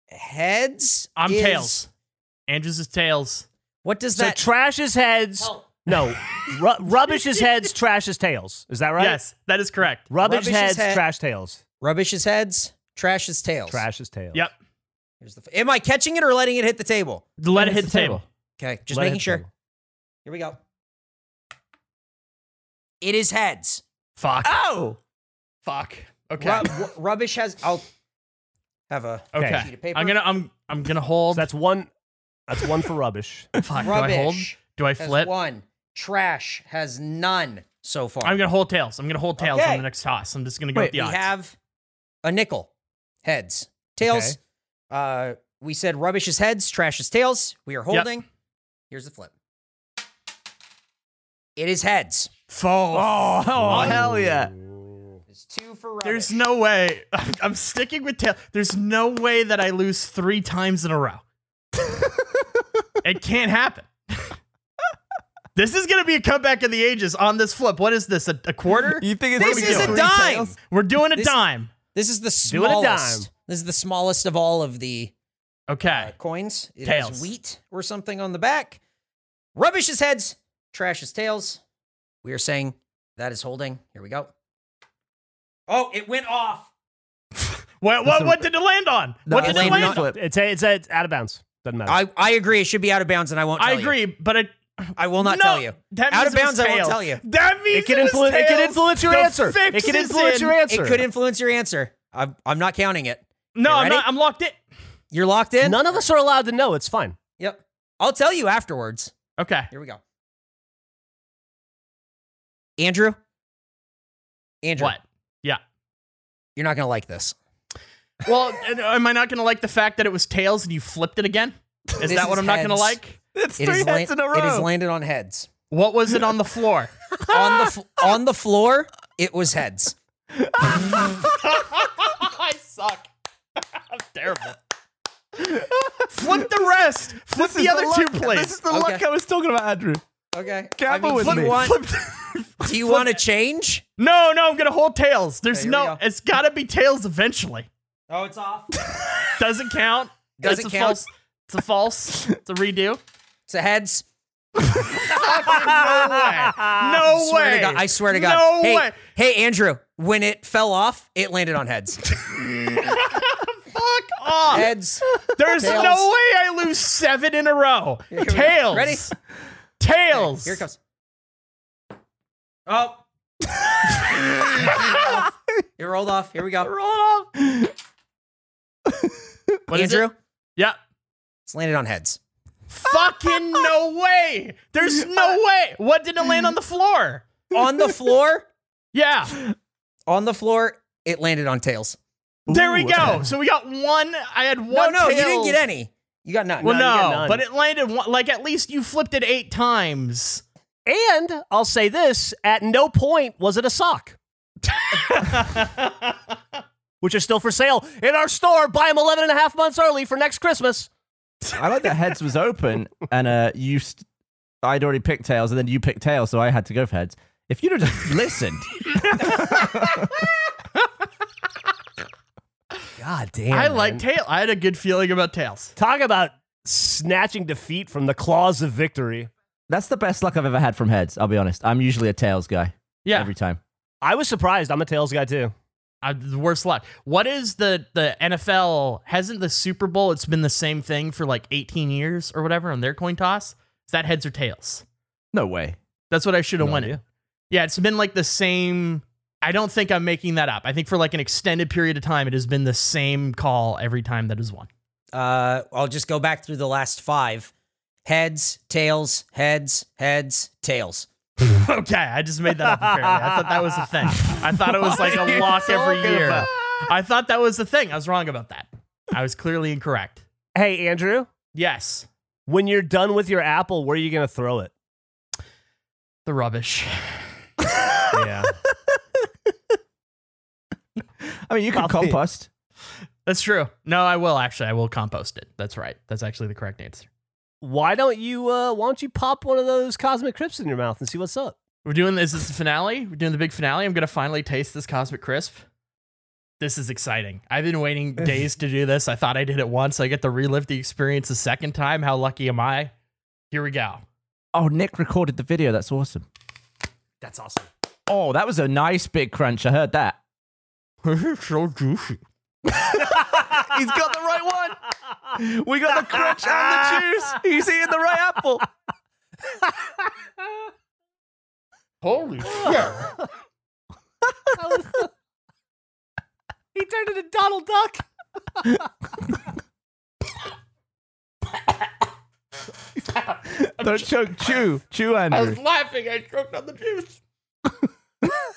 [SPEAKER 5] heads.
[SPEAKER 1] I'm
[SPEAKER 5] is-
[SPEAKER 1] tails. Andrews is tails.
[SPEAKER 5] What does
[SPEAKER 3] So
[SPEAKER 5] that?
[SPEAKER 3] trash is heads. No, ru- rubbish is heads. Trash is tails. Is that right?
[SPEAKER 1] Yes, that is correct.
[SPEAKER 3] Rubbish,
[SPEAKER 5] Rubbish is
[SPEAKER 3] heads.
[SPEAKER 5] head-
[SPEAKER 3] Trash tails.
[SPEAKER 5] Rubbish is heads. Trash is tails.
[SPEAKER 3] Trash is tails.
[SPEAKER 1] Yep.
[SPEAKER 5] Here's the. Am I catching it or letting it hit the table?
[SPEAKER 1] Let it hit
[SPEAKER 4] It's
[SPEAKER 1] the
[SPEAKER 4] a
[SPEAKER 1] table.
[SPEAKER 5] Okay, just
[SPEAKER 3] Let
[SPEAKER 5] making
[SPEAKER 3] it
[SPEAKER 5] sure.
[SPEAKER 3] go.
[SPEAKER 5] Here we go. It is heads.
[SPEAKER 1] Fuck.
[SPEAKER 4] Oh,
[SPEAKER 1] Fuck. Okay.
[SPEAKER 5] Ru- w- rubbish has. I'll have a
[SPEAKER 1] okay.
[SPEAKER 5] sheet of paper.
[SPEAKER 1] I'm gonna. I'm. I'm gonna
[SPEAKER 3] So
[SPEAKER 1] hold.
[SPEAKER 3] that's one. That's one for rubbish.
[SPEAKER 1] Fuck.
[SPEAKER 5] Rubbish
[SPEAKER 1] Do I hold? Do I
[SPEAKER 5] has
[SPEAKER 1] flip?
[SPEAKER 5] one. Trash has none so far.
[SPEAKER 1] I'm gonna hold tails. I'm gonna hold tails
[SPEAKER 5] Okay.
[SPEAKER 1] on the next toss. I'm just gonna go
[SPEAKER 4] Wait,
[SPEAKER 1] with the
[SPEAKER 5] we
[SPEAKER 1] odds.
[SPEAKER 5] have a nickel. Heads. Tails. Uh, we said rubbish is heads, trash is tails. We are holding. Here's the flip. It is heads.
[SPEAKER 4] oh,
[SPEAKER 3] Ooh.
[SPEAKER 4] hell yeah!
[SPEAKER 5] It's two for rubbish.
[SPEAKER 1] There's no way. I'm, I'm sticking with tail. There's no way that I lose three times in a row. it can't happen. this is gonna be a comeback of the ages on this flip. What is this? A, a quarter?
[SPEAKER 4] You think it's
[SPEAKER 5] This
[SPEAKER 4] gonna
[SPEAKER 5] is
[SPEAKER 4] be
[SPEAKER 5] a
[SPEAKER 4] three
[SPEAKER 5] dime!
[SPEAKER 4] tails?
[SPEAKER 1] We're doing a
[SPEAKER 5] This-
[SPEAKER 1] dime.
[SPEAKER 5] This is the
[SPEAKER 3] Do it a dime.
[SPEAKER 5] smallest. This is the smallest of all of the uh,
[SPEAKER 1] Okay.
[SPEAKER 5] coins. It has
[SPEAKER 1] Tails.
[SPEAKER 5] wheat or something on the back. Rubbish is heads, trash is tails. We are saying that is holding. Here we go. Oh, it went off.
[SPEAKER 1] What? What? What did it land on?
[SPEAKER 4] No,
[SPEAKER 1] what did
[SPEAKER 4] it
[SPEAKER 1] it
[SPEAKER 4] landed
[SPEAKER 1] land
[SPEAKER 4] on-
[SPEAKER 1] on?
[SPEAKER 4] Flip.
[SPEAKER 3] It's a, it's, a, it's out of bounds. Doesn't matter.
[SPEAKER 5] I, I agree. It should be out of bounds, and I won't.
[SPEAKER 1] I
[SPEAKER 5] tell you.
[SPEAKER 1] agree, but I
[SPEAKER 5] I will not
[SPEAKER 1] no,
[SPEAKER 5] tell you.
[SPEAKER 1] That
[SPEAKER 5] Out
[SPEAKER 1] means
[SPEAKER 5] of
[SPEAKER 1] it was
[SPEAKER 5] bounds, I won't
[SPEAKER 1] tails.
[SPEAKER 5] tell you.
[SPEAKER 1] That means
[SPEAKER 3] it can
[SPEAKER 1] it was
[SPEAKER 3] influence. It can
[SPEAKER 1] tails.
[SPEAKER 3] influence your
[SPEAKER 1] The
[SPEAKER 3] answer. It
[SPEAKER 1] fix
[SPEAKER 3] can
[SPEAKER 1] is
[SPEAKER 3] influence
[SPEAKER 1] in.
[SPEAKER 3] your answer.
[SPEAKER 5] It could influence your answer. I'm, I'm not counting it.
[SPEAKER 1] No,
[SPEAKER 5] You
[SPEAKER 1] I'm
[SPEAKER 5] ready?
[SPEAKER 1] not. I'm locked in.
[SPEAKER 5] You're locked in.
[SPEAKER 3] None of us are allowed to know. It's fine.
[SPEAKER 5] Yep. I'll tell you afterwards.
[SPEAKER 1] Okay.
[SPEAKER 5] Here we go. Andrew. Andrew,
[SPEAKER 1] What? Yeah.
[SPEAKER 5] you're not gonna like this.
[SPEAKER 1] Well, and uh, am I not going to like the fact that it was tails and you flipped it again? Is
[SPEAKER 5] This
[SPEAKER 1] that what
[SPEAKER 5] is
[SPEAKER 1] I'm not going to
[SPEAKER 5] heads.
[SPEAKER 1] like?
[SPEAKER 4] It's
[SPEAKER 5] It
[SPEAKER 4] three
[SPEAKER 5] is
[SPEAKER 4] heads
[SPEAKER 5] la-
[SPEAKER 4] in a row.
[SPEAKER 5] It is landed on heads.
[SPEAKER 1] What was it on the floor?
[SPEAKER 5] on the fl- on the floor, it was heads.
[SPEAKER 1] I suck. I'm terrible. Flip the rest. Flip
[SPEAKER 4] This is
[SPEAKER 1] the other
[SPEAKER 4] luck-
[SPEAKER 1] two, please.
[SPEAKER 4] This is the
[SPEAKER 5] Okay.
[SPEAKER 4] luck I was talking about, Andrew.
[SPEAKER 5] Okay.
[SPEAKER 4] Gamble with
[SPEAKER 5] do
[SPEAKER 4] me.
[SPEAKER 5] You want,
[SPEAKER 1] Flip-
[SPEAKER 5] do you want to change?
[SPEAKER 1] no, no, I'm going to hold tails. There's
[SPEAKER 5] Okay, here we
[SPEAKER 1] no,
[SPEAKER 5] go.
[SPEAKER 1] it's got to be tails eventually.
[SPEAKER 5] Oh, it's off.
[SPEAKER 1] Doesn't count.
[SPEAKER 5] Doesn't
[SPEAKER 1] it's a
[SPEAKER 5] count.
[SPEAKER 1] False, it's a false. It's a redo.
[SPEAKER 5] It's a heads.
[SPEAKER 1] No way. No
[SPEAKER 5] Swear
[SPEAKER 1] way.
[SPEAKER 5] to God, I swear to God.
[SPEAKER 1] No
[SPEAKER 5] hey,
[SPEAKER 1] way.
[SPEAKER 5] Hey, Andrew. When it fell off, it landed on heads.
[SPEAKER 1] Fuck off.
[SPEAKER 5] heads.
[SPEAKER 1] There's
[SPEAKER 5] Tails.
[SPEAKER 1] no way I lose seven in a row.
[SPEAKER 5] we go.
[SPEAKER 1] Tails.
[SPEAKER 5] Ready?
[SPEAKER 1] Tails.
[SPEAKER 5] Here it comes. Oh. it rolled off. Here we go.
[SPEAKER 1] Roll it off. What is it?
[SPEAKER 5] Andrew,
[SPEAKER 1] Yeah.
[SPEAKER 5] it's landed on heads.
[SPEAKER 1] Fucking no way. There's
[SPEAKER 5] Uh,
[SPEAKER 1] no way. What did it land on the floor?
[SPEAKER 5] On the floor.
[SPEAKER 1] Yeah.
[SPEAKER 5] On the floor, it landed on tails.
[SPEAKER 1] There we
[SPEAKER 4] Ooh.
[SPEAKER 1] go. So we got one. I had one.
[SPEAKER 5] no, no, you didn't
[SPEAKER 1] tails.
[SPEAKER 5] get any. You got none.
[SPEAKER 1] Well,
[SPEAKER 3] No, you got
[SPEAKER 1] no,
[SPEAKER 3] none.
[SPEAKER 1] but it landed one. Like at least you flipped it eight times.
[SPEAKER 3] And I'll say this: at no point was it a sock, which is still for sale in our store. Buy them 11 and a half months early for next Christmas.
[SPEAKER 4] I like that heads was open and uh, you. St- I'd already picked tails and then you picked tails, so I had to go for heads. If you'd have just listened,
[SPEAKER 3] God damn!
[SPEAKER 1] I
[SPEAKER 3] man.
[SPEAKER 1] like tail. I had a good feeling about tails.
[SPEAKER 3] Talk about snatching defeat from the claws of victory.
[SPEAKER 4] that's the best luck I've ever had from heads. I'll be honest. I'm usually a tails guy
[SPEAKER 1] Yeah.
[SPEAKER 4] every time.
[SPEAKER 3] I was surprised. I'm a tails guy too.
[SPEAKER 1] Uh, the worst luck. What is the the NFL? Hasn't the Super Bowl? It's been the same thing for like 18 years or whatever on their coin toss. Is that heads or tails?
[SPEAKER 4] No way.
[SPEAKER 1] That's what I should have
[SPEAKER 4] No
[SPEAKER 1] won it.
[SPEAKER 4] idea.
[SPEAKER 1] Yeah, it's been like the same. I don't think I'm making that up. I think for like an extended period of time, it has been the same call every time that is won.
[SPEAKER 5] Uh, I'll just go back through the last five. Heads, tails, heads, heads, tails.
[SPEAKER 1] Okay, I just made that up apparently. I thought that was a thing. I thought it was like a lock every year. I thought that was a thing. I was wrong about that. I was clearly incorrect.
[SPEAKER 3] Hey, Andrew,
[SPEAKER 1] Yes,
[SPEAKER 3] when you're done with your apple, where are you going to throw it?
[SPEAKER 1] the rubbish.
[SPEAKER 3] Yeah.
[SPEAKER 4] I mean, you can
[SPEAKER 3] Coffee.
[SPEAKER 4] compost.
[SPEAKER 1] That's true. No, I will actually. I will compost it. That's right. That's actually the correct answer.
[SPEAKER 3] why don't you, uh, why don't you pop one of those cosmic crisps in your mouth and see what's up?
[SPEAKER 1] We're doing this. Is this the finale? We're doing the big finale. I'm gonna finally taste this cosmic crisp. This is exciting. I've been waiting days to do this. I thought I did it once. I get to relive the experience a second time. How lucky am I? Here we go.
[SPEAKER 4] Oh, Nick recorded the video. That's awesome.
[SPEAKER 3] That's awesome.
[SPEAKER 4] Oh, that was a nice big crunch. I heard that.
[SPEAKER 1] This is so juicy.
[SPEAKER 4] He's got the right one. We got the crunch and the juice. He's eating the right apple.
[SPEAKER 1] Holy shit!
[SPEAKER 3] He turned into Donald Duck.
[SPEAKER 4] Don't choke. Chew. Chew, Andrew.
[SPEAKER 1] laughing. I choked on the juice.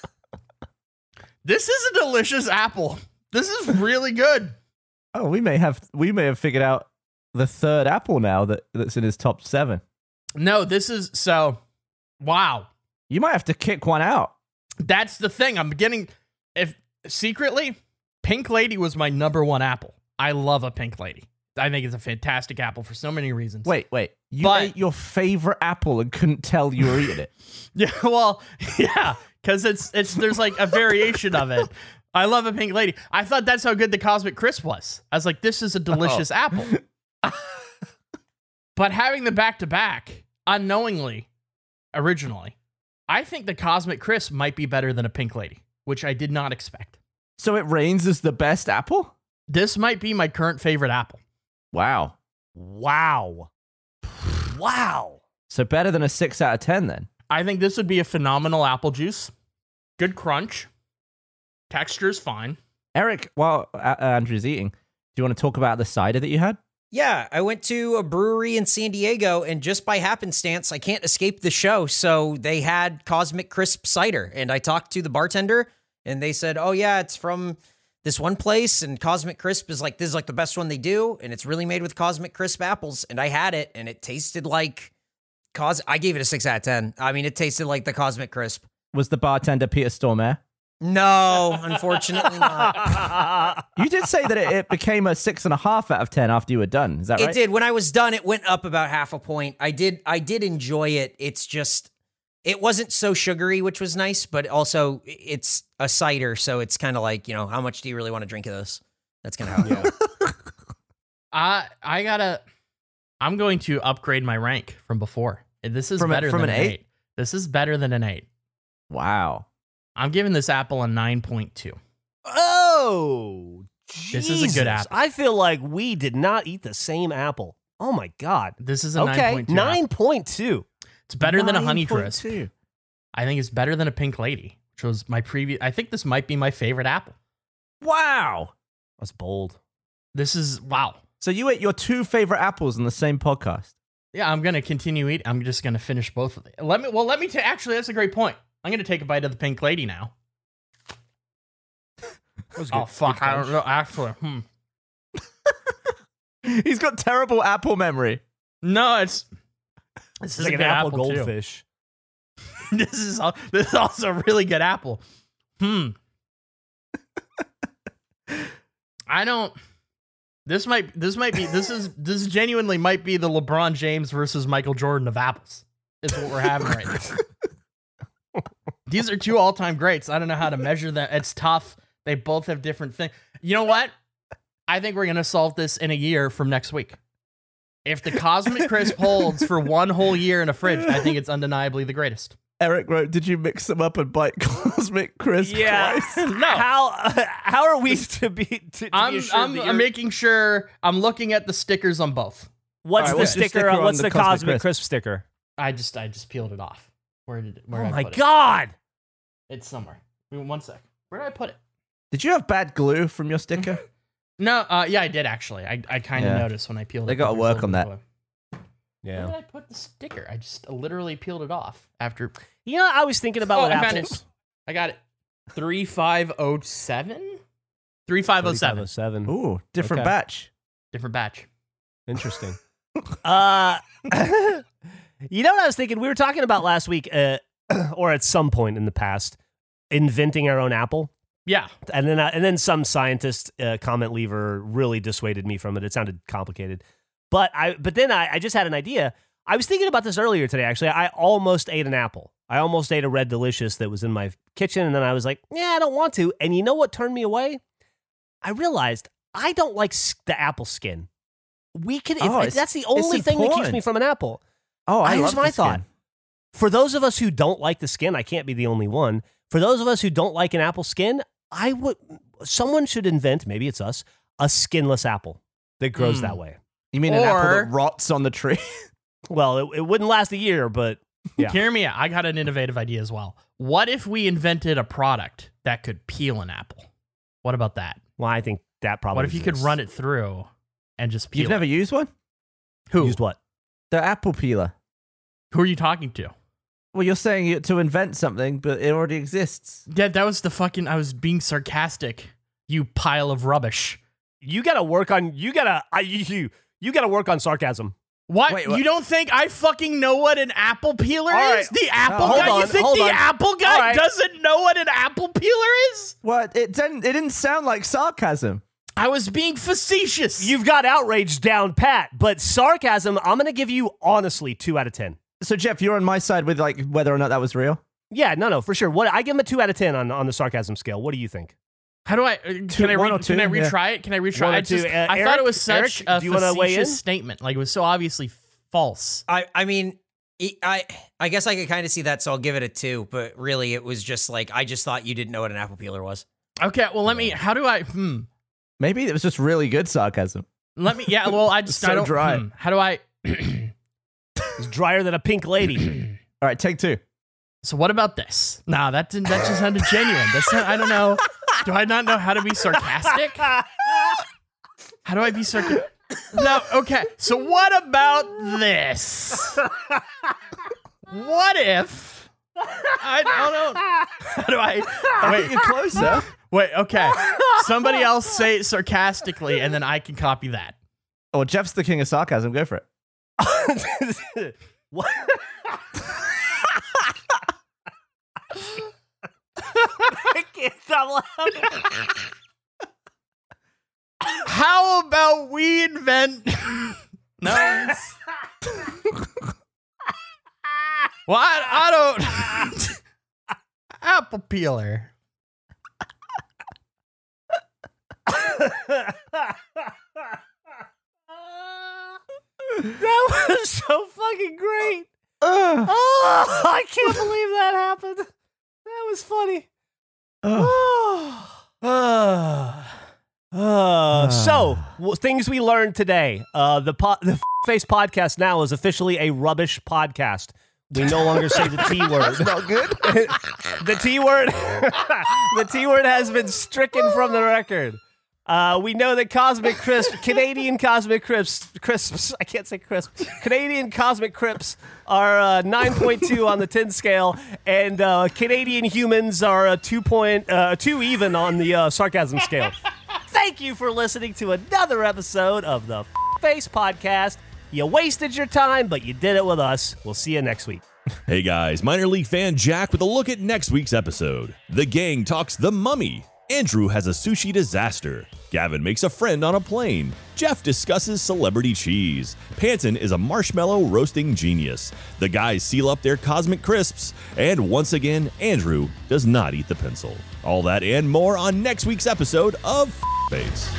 [SPEAKER 1] this is a delicious apple. This is really good.
[SPEAKER 4] Oh, we may have we may have figured out the third apple now that, that's in his top seven.
[SPEAKER 1] No, this is so. Wow.
[SPEAKER 4] You might have to kick one out.
[SPEAKER 1] That's the thing. I'm getting if secretly, Pink Lady was my number one apple. I love a Pink Lady. I think it's a fantastic apple for so many reasons.
[SPEAKER 4] Wait, wait. You
[SPEAKER 1] But-
[SPEAKER 4] ate your favorite apple and couldn't tell you were eating it.
[SPEAKER 1] Yeah, well, yeah, because it's it's there's like a variation of it. I love a pink lady. I thought that's how good the Cosmic Crisp was. I was like, this is a delicious apple. but having the back to back, unknowingly, originally, I think the Cosmic Crisp might be better than a pink lady, which I did not expect.
[SPEAKER 4] So it rains is the best apple?
[SPEAKER 1] This might be my current favorite apple.
[SPEAKER 4] Wow.
[SPEAKER 3] Wow. Wow.
[SPEAKER 4] So better than a six out of ten then.
[SPEAKER 1] I think this would be a phenomenal apple juice. Good crunch. Texture's fine.
[SPEAKER 4] Eric, while uh, Andrew's eating, do you want to talk about the cider that you had?
[SPEAKER 5] Yeah, I went to a brewery in San Diego, and just by happenstance, I can't escape the show. So they had Cosmic Crisp Cider, and I talked to the bartender, and they said, Oh, yeah, it's from this one place, and Cosmic Crisp is like, this is like the best one they do, and it's really made with Cosmic Crisp apples. And I had it, and it tasted like. Cos- I gave it a six out of 10. I mean, it tasted like the Cosmic Crisp.
[SPEAKER 4] Was the bartender Peter Stormare?
[SPEAKER 5] No, unfortunately not.
[SPEAKER 4] You did say that it, it became a six and a half out of ten after you were done. Is that right?
[SPEAKER 5] It did. When I was done, it went up about half a point. I did. I did enjoy it. It's just, it wasn't so sugary, which was nice, but also i- it's a cider, so it's kind of like you know, how much do you really want to drink of this? That's kind of how. It goes.
[SPEAKER 1] I I gotta. I'm going to upgrade my rank from before. This is
[SPEAKER 4] From a-
[SPEAKER 1] better
[SPEAKER 4] from
[SPEAKER 1] than
[SPEAKER 4] an
[SPEAKER 1] an
[SPEAKER 4] eight?
[SPEAKER 1] eight? This is better than an eight.
[SPEAKER 4] Wow.
[SPEAKER 1] I'm giving this apple a nine point two.
[SPEAKER 3] Oh,
[SPEAKER 1] This is a good
[SPEAKER 3] Jesus.
[SPEAKER 1] apple.
[SPEAKER 3] I feel like we did not eat the same apple. Oh my god.
[SPEAKER 1] This is a nine
[SPEAKER 3] Okay,
[SPEAKER 1] point two.
[SPEAKER 3] nine point two.
[SPEAKER 1] It's better than a honey
[SPEAKER 4] 9.2.
[SPEAKER 1] crisp. I think it's better than a pink lady, which was my previous. I think this might be my favorite apple.
[SPEAKER 4] Wow.
[SPEAKER 3] That's bold.
[SPEAKER 1] This is wow.
[SPEAKER 4] So you ate your two favorite apples on the same podcast.
[SPEAKER 1] Yeah, I'm gonna continue eating. I'm just gonna finish both of it. Let me. Well, let me. ta- actually, that's a great point. I'm gonna take a bite of the pink lady now. oh fuck! I don't know. Actually, hmm.
[SPEAKER 4] He's got terrible apple memory.
[SPEAKER 1] no, it's. This
[SPEAKER 3] It's
[SPEAKER 1] is
[SPEAKER 3] like
[SPEAKER 1] a
[SPEAKER 3] an
[SPEAKER 1] good
[SPEAKER 3] apple,
[SPEAKER 1] too.
[SPEAKER 3] goldfish.
[SPEAKER 1] this is al- this is also a really good apple. Hmm. I don't. This might this might be this is this genuinely might be the LeBron James versus Michael Jordan of apples. Is what we're having right now. These are two all time greats. I don't know how to measure that. It's tough. They both have different things. You know what? I think we're gonna solve this in a year from next week. If the Cosmic Crisp holds for one whole year in a fridge, I think it's undeniably the greatest.
[SPEAKER 4] Eric wrote, "Did you mix them up and bite Cosmic Crisp twice?"
[SPEAKER 1] No.
[SPEAKER 3] How how are we to be to, to be
[SPEAKER 1] I'm,
[SPEAKER 3] assured
[SPEAKER 1] I'm,
[SPEAKER 3] that
[SPEAKER 1] I'm
[SPEAKER 3] you're-
[SPEAKER 1] making sure I'm looking at the stickers on both.
[SPEAKER 3] what's
[SPEAKER 4] Alright,
[SPEAKER 3] the
[SPEAKER 4] what's the
[SPEAKER 3] sticker?
[SPEAKER 4] sticker
[SPEAKER 3] on,
[SPEAKER 4] on
[SPEAKER 3] what's
[SPEAKER 4] the
[SPEAKER 3] the,
[SPEAKER 4] Cosmic
[SPEAKER 3] cosmic
[SPEAKER 4] Crisp?
[SPEAKER 3] crisp, sticker?
[SPEAKER 1] I just I just peeled it off. Where did it, where
[SPEAKER 3] oh
[SPEAKER 1] did I
[SPEAKER 3] my
[SPEAKER 1] put
[SPEAKER 3] god!
[SPEAKER 1] It? It's somewhere. Wait, One sec. Where did I put it?
[SPEAKER 4] Did you have bad glue from your sticker?
[SPEAKER 1] No. Uh, yeah, I did actually. I, I kind of
[SPEAKER 4] Yeah.
[SPEAKER 1] noticed when I peeled
[SPEAKER 4] They
[SPEAKER 1] it.
[SPEAKER 4] gotta
[SPEAKER 1] there was a
[SPEAKER 4] work on
[SPEAKER 1] little
[SPEAKER 3] Yeah.
[SPEAKER 1] Where did I put the sticker? I just literally peeled it off after.
[SPEAKER 3] You know, I was thinking about
[SPEAKER 1] Oh,
[SPEAKER 3] what
[SPEAKER 1] I found
[SPEAKER 3] Apple.
[SPEAKER 1] it. I got it. 3507? 3507.
[SPEAKER 3] 3507.
[SPEAKER 4] Ooh, different
[SPEAKER 3] Okay.
[SPEAKER 4] batch.
[SPEAKER 1] Different batch.
[SPEAKER 3] Interesting. uh, you know what I was thinking? We were talking about last week, uh, or at some point in the past, inventing our own apple.
[SPEAKER 1] Yeah.
[SPEAKER 3] And then, I, and then some scientist uh, comment lever really dissuaded me from it. It sounded complicated, but I, but then I, I just had an idea. I was thinking about this earlier today. Actually, I almost ate an apple. I almost ate a red delicious that was in my kitchen, and then I was like, "Yeah, I don't want to." And you know what turned me away? I realized I don't like s- the apple skin. We can. If,
[SPEAKER 4] Oh, it's-
[SPEAKER 3] that's the
[SPEAKER 4] it's
[SPEAKER 3] only thing that keeps
[SPEAKER 4] important.
[SPEAKER 3] me from an apple.
[SPEAKER 4] Oh, I
[SPEAKER 3] Here's
[SPEAKER 4] love
[SPEAKER 3] my
[SPEAKER 4] this
[SPEAKER 3] thought.
[SPEAKER 4] game.
[SPEAKER 3] For those of us who don't like the skin, I can't be the only one. For those of us who don't like an apple skin, I would someone should invent, maybe it's us, a skinless apple that grows
[SPEAKER 1] Mm.
[SPEAKER 3] that way.
[SPEAKER 4] You mean an apple
[SPEAKER 1] Or-
[SPEAKER 4] that rots on the tree?
[SPEAKER 3] Well, it, it wouldn't last a year, but Yeah.
[SPEAKER 1] Hear me out. I got an innovative idea as well. What if we invented a product that could peel an apple? What about that?
[SPEAKER 3] well, I think that probably.
[SPEAKER 1] what if you could run it through and just peel
[SPEAKER 4] You've never
[SPEAKER 1] it?
[SPEAKER 4] used one?
[SPEAKER 1] Who?
[SPEAKER 3] Used what?
[SPEAKER 4] The apple peeler.
[SPEAKER 1] Who are you talking to?
[SPEAKER 4] Well, you're saying you- to invent something, but it already exists.
[SPEAKER 1] Yeah, that was the fucking. I was being sarcastic. You pile of rubbish.
[SPEAKER 3] You got to work on. You got to. I you- you. You got to work on sarcasm.
[SPEAKER 1] What?
[SPEAKER 4] Wait, what-
[SPEAKER 1] You don't think I fucking know what an apple peeler
[SPEAKER 3] All right.
[SPEAKER 1] is? The apple
[SPEAKER 4] hold
[SPEAKER 1] guy? you
[SPEAKER 3] on,
[SPEAKER 1] think
[SPEAKER 3] hold
[SPEAKER 1] the
[SPEAKER 3] on.
[SPEAKER 1] apple guy
[SPEAKER 3] All right.
[SPEAKER 1] doesn't know what an apple peeler is?
[SPEAKER 4] What? It didn't. It didn't sound like sarcasm.
[SPEAKER 1] I was being facetious.
[SPEAKER 3] You've got outrage down pat, but sarcasm. I'm gonna give you honestly two out of ten.
[SPEAKER 4] So, Jeff, you're on my side with like whether or not that was real.
[SPEAKER 3] Yeah, no, no, for sure. What I give him a two out of ten on on the sarcasm scale. What do you think?
[SPEAKER 1] How do I? uh, Can I?
[SPEAKER 4] one
[SPEAKER 1] Re-
[SPEAKER 4] or
[SPEAKER 1] can I
[SPEAKER 4] two, yeah.
[SPEAKER 1] retry it? Can I retry?
[SPEAKER 3] One or
[SPEAKER 1] I just.
[SPEAKER 3] two. Uh,
[SPEAKER 1] I thought it
[SPEAKER 3] Eric-
[SPEAKER 1] was such
[SPEAKER 3] Eric,
[SPEAKER 1] a
[SPEAKER 3] do you wanna weigh
[SPEAKER 1] facetious
[SPEAKER 3] in?
[SPEAKER 1] statement. Like it was so obviously false.
[SPEAKER 5] I I mean, it- I I guess I could kind of see that, so I'll give it a two. But really, it was just like I just thought you didn't know what an apple peeler was.
[SPEAKER 1] Okay. Well, let me. How do I? Hmm.
[SPEAKER 4] Maybe it was just really good sarcasm.
[SPEAKER 1] Let me. Yeah. Well, I just.
[SPEAKER 4] So
[SPEAKER 1] I don't.
[SPEAKER 4] dry.
[SPEAKER 1] hmm, how do I?
[SPEAKER 3] It's drier than a pink lady.
[SPEAKER 4] All right, take two.
[SPEAKER 1] So what about this? Nah, that didn't. That just sounded genuine. That's not, I don't know. Do I not know how to be sarcastic? How do I be sarcastic? No. Okay. So what about this? What if? I don't know. How do I? Wait.
[SPEAKER 4] You're closer.
[SPEAKER 1] Wait, okay. Somebody else say it sarcastically, and then I can copy that.
[SPEAKER 4] Or Jeff's the king of sarcasm. Go for it.
[SPEAKER 3] what? I can't stop laughing.
[SPEAKER 1] How about we invent? no. well, I, I don't. Apple peeler.
[SPEAKER 3] that was so fucking great. Oh, I can't believe that happened. That was funny. Uh, so, w- things we learned today. Uh, the po- the Face Podcast now is officially a rubbish podcast. We no longer say the T word.
[SPEAKER 4] Not good.
[SPEAKER 3] the T word. the T word has been stricken from the record. Uh, we know that Cosmic Crisp, Canadian Cosmic Crisps, crisps I can't say crisp, Canadian Cosmic Crisps are uh, 9.2 on the 10 scale, and uh, Canadian humans are uh, 2, point, uh, 2 even on the uh, sarcasm scale. Thank you for listening to another episode of the Face Podcast. You wasted your time, but you did it with us. We'll see you next week.
[SPEAKER 6] Hey guys, minor league fan Jack with a look at next week's episode. The gang talks the mummy. Andrew has a sushi disaster. Gavin makes a friend on a plane. Jeff discusses celebrity cheese. Panton is a marshmallow roasting genius. The guys seal up their cosmic crisps. And once again, Andrew does not eat the pencil. All that and more on next week's episode of Face.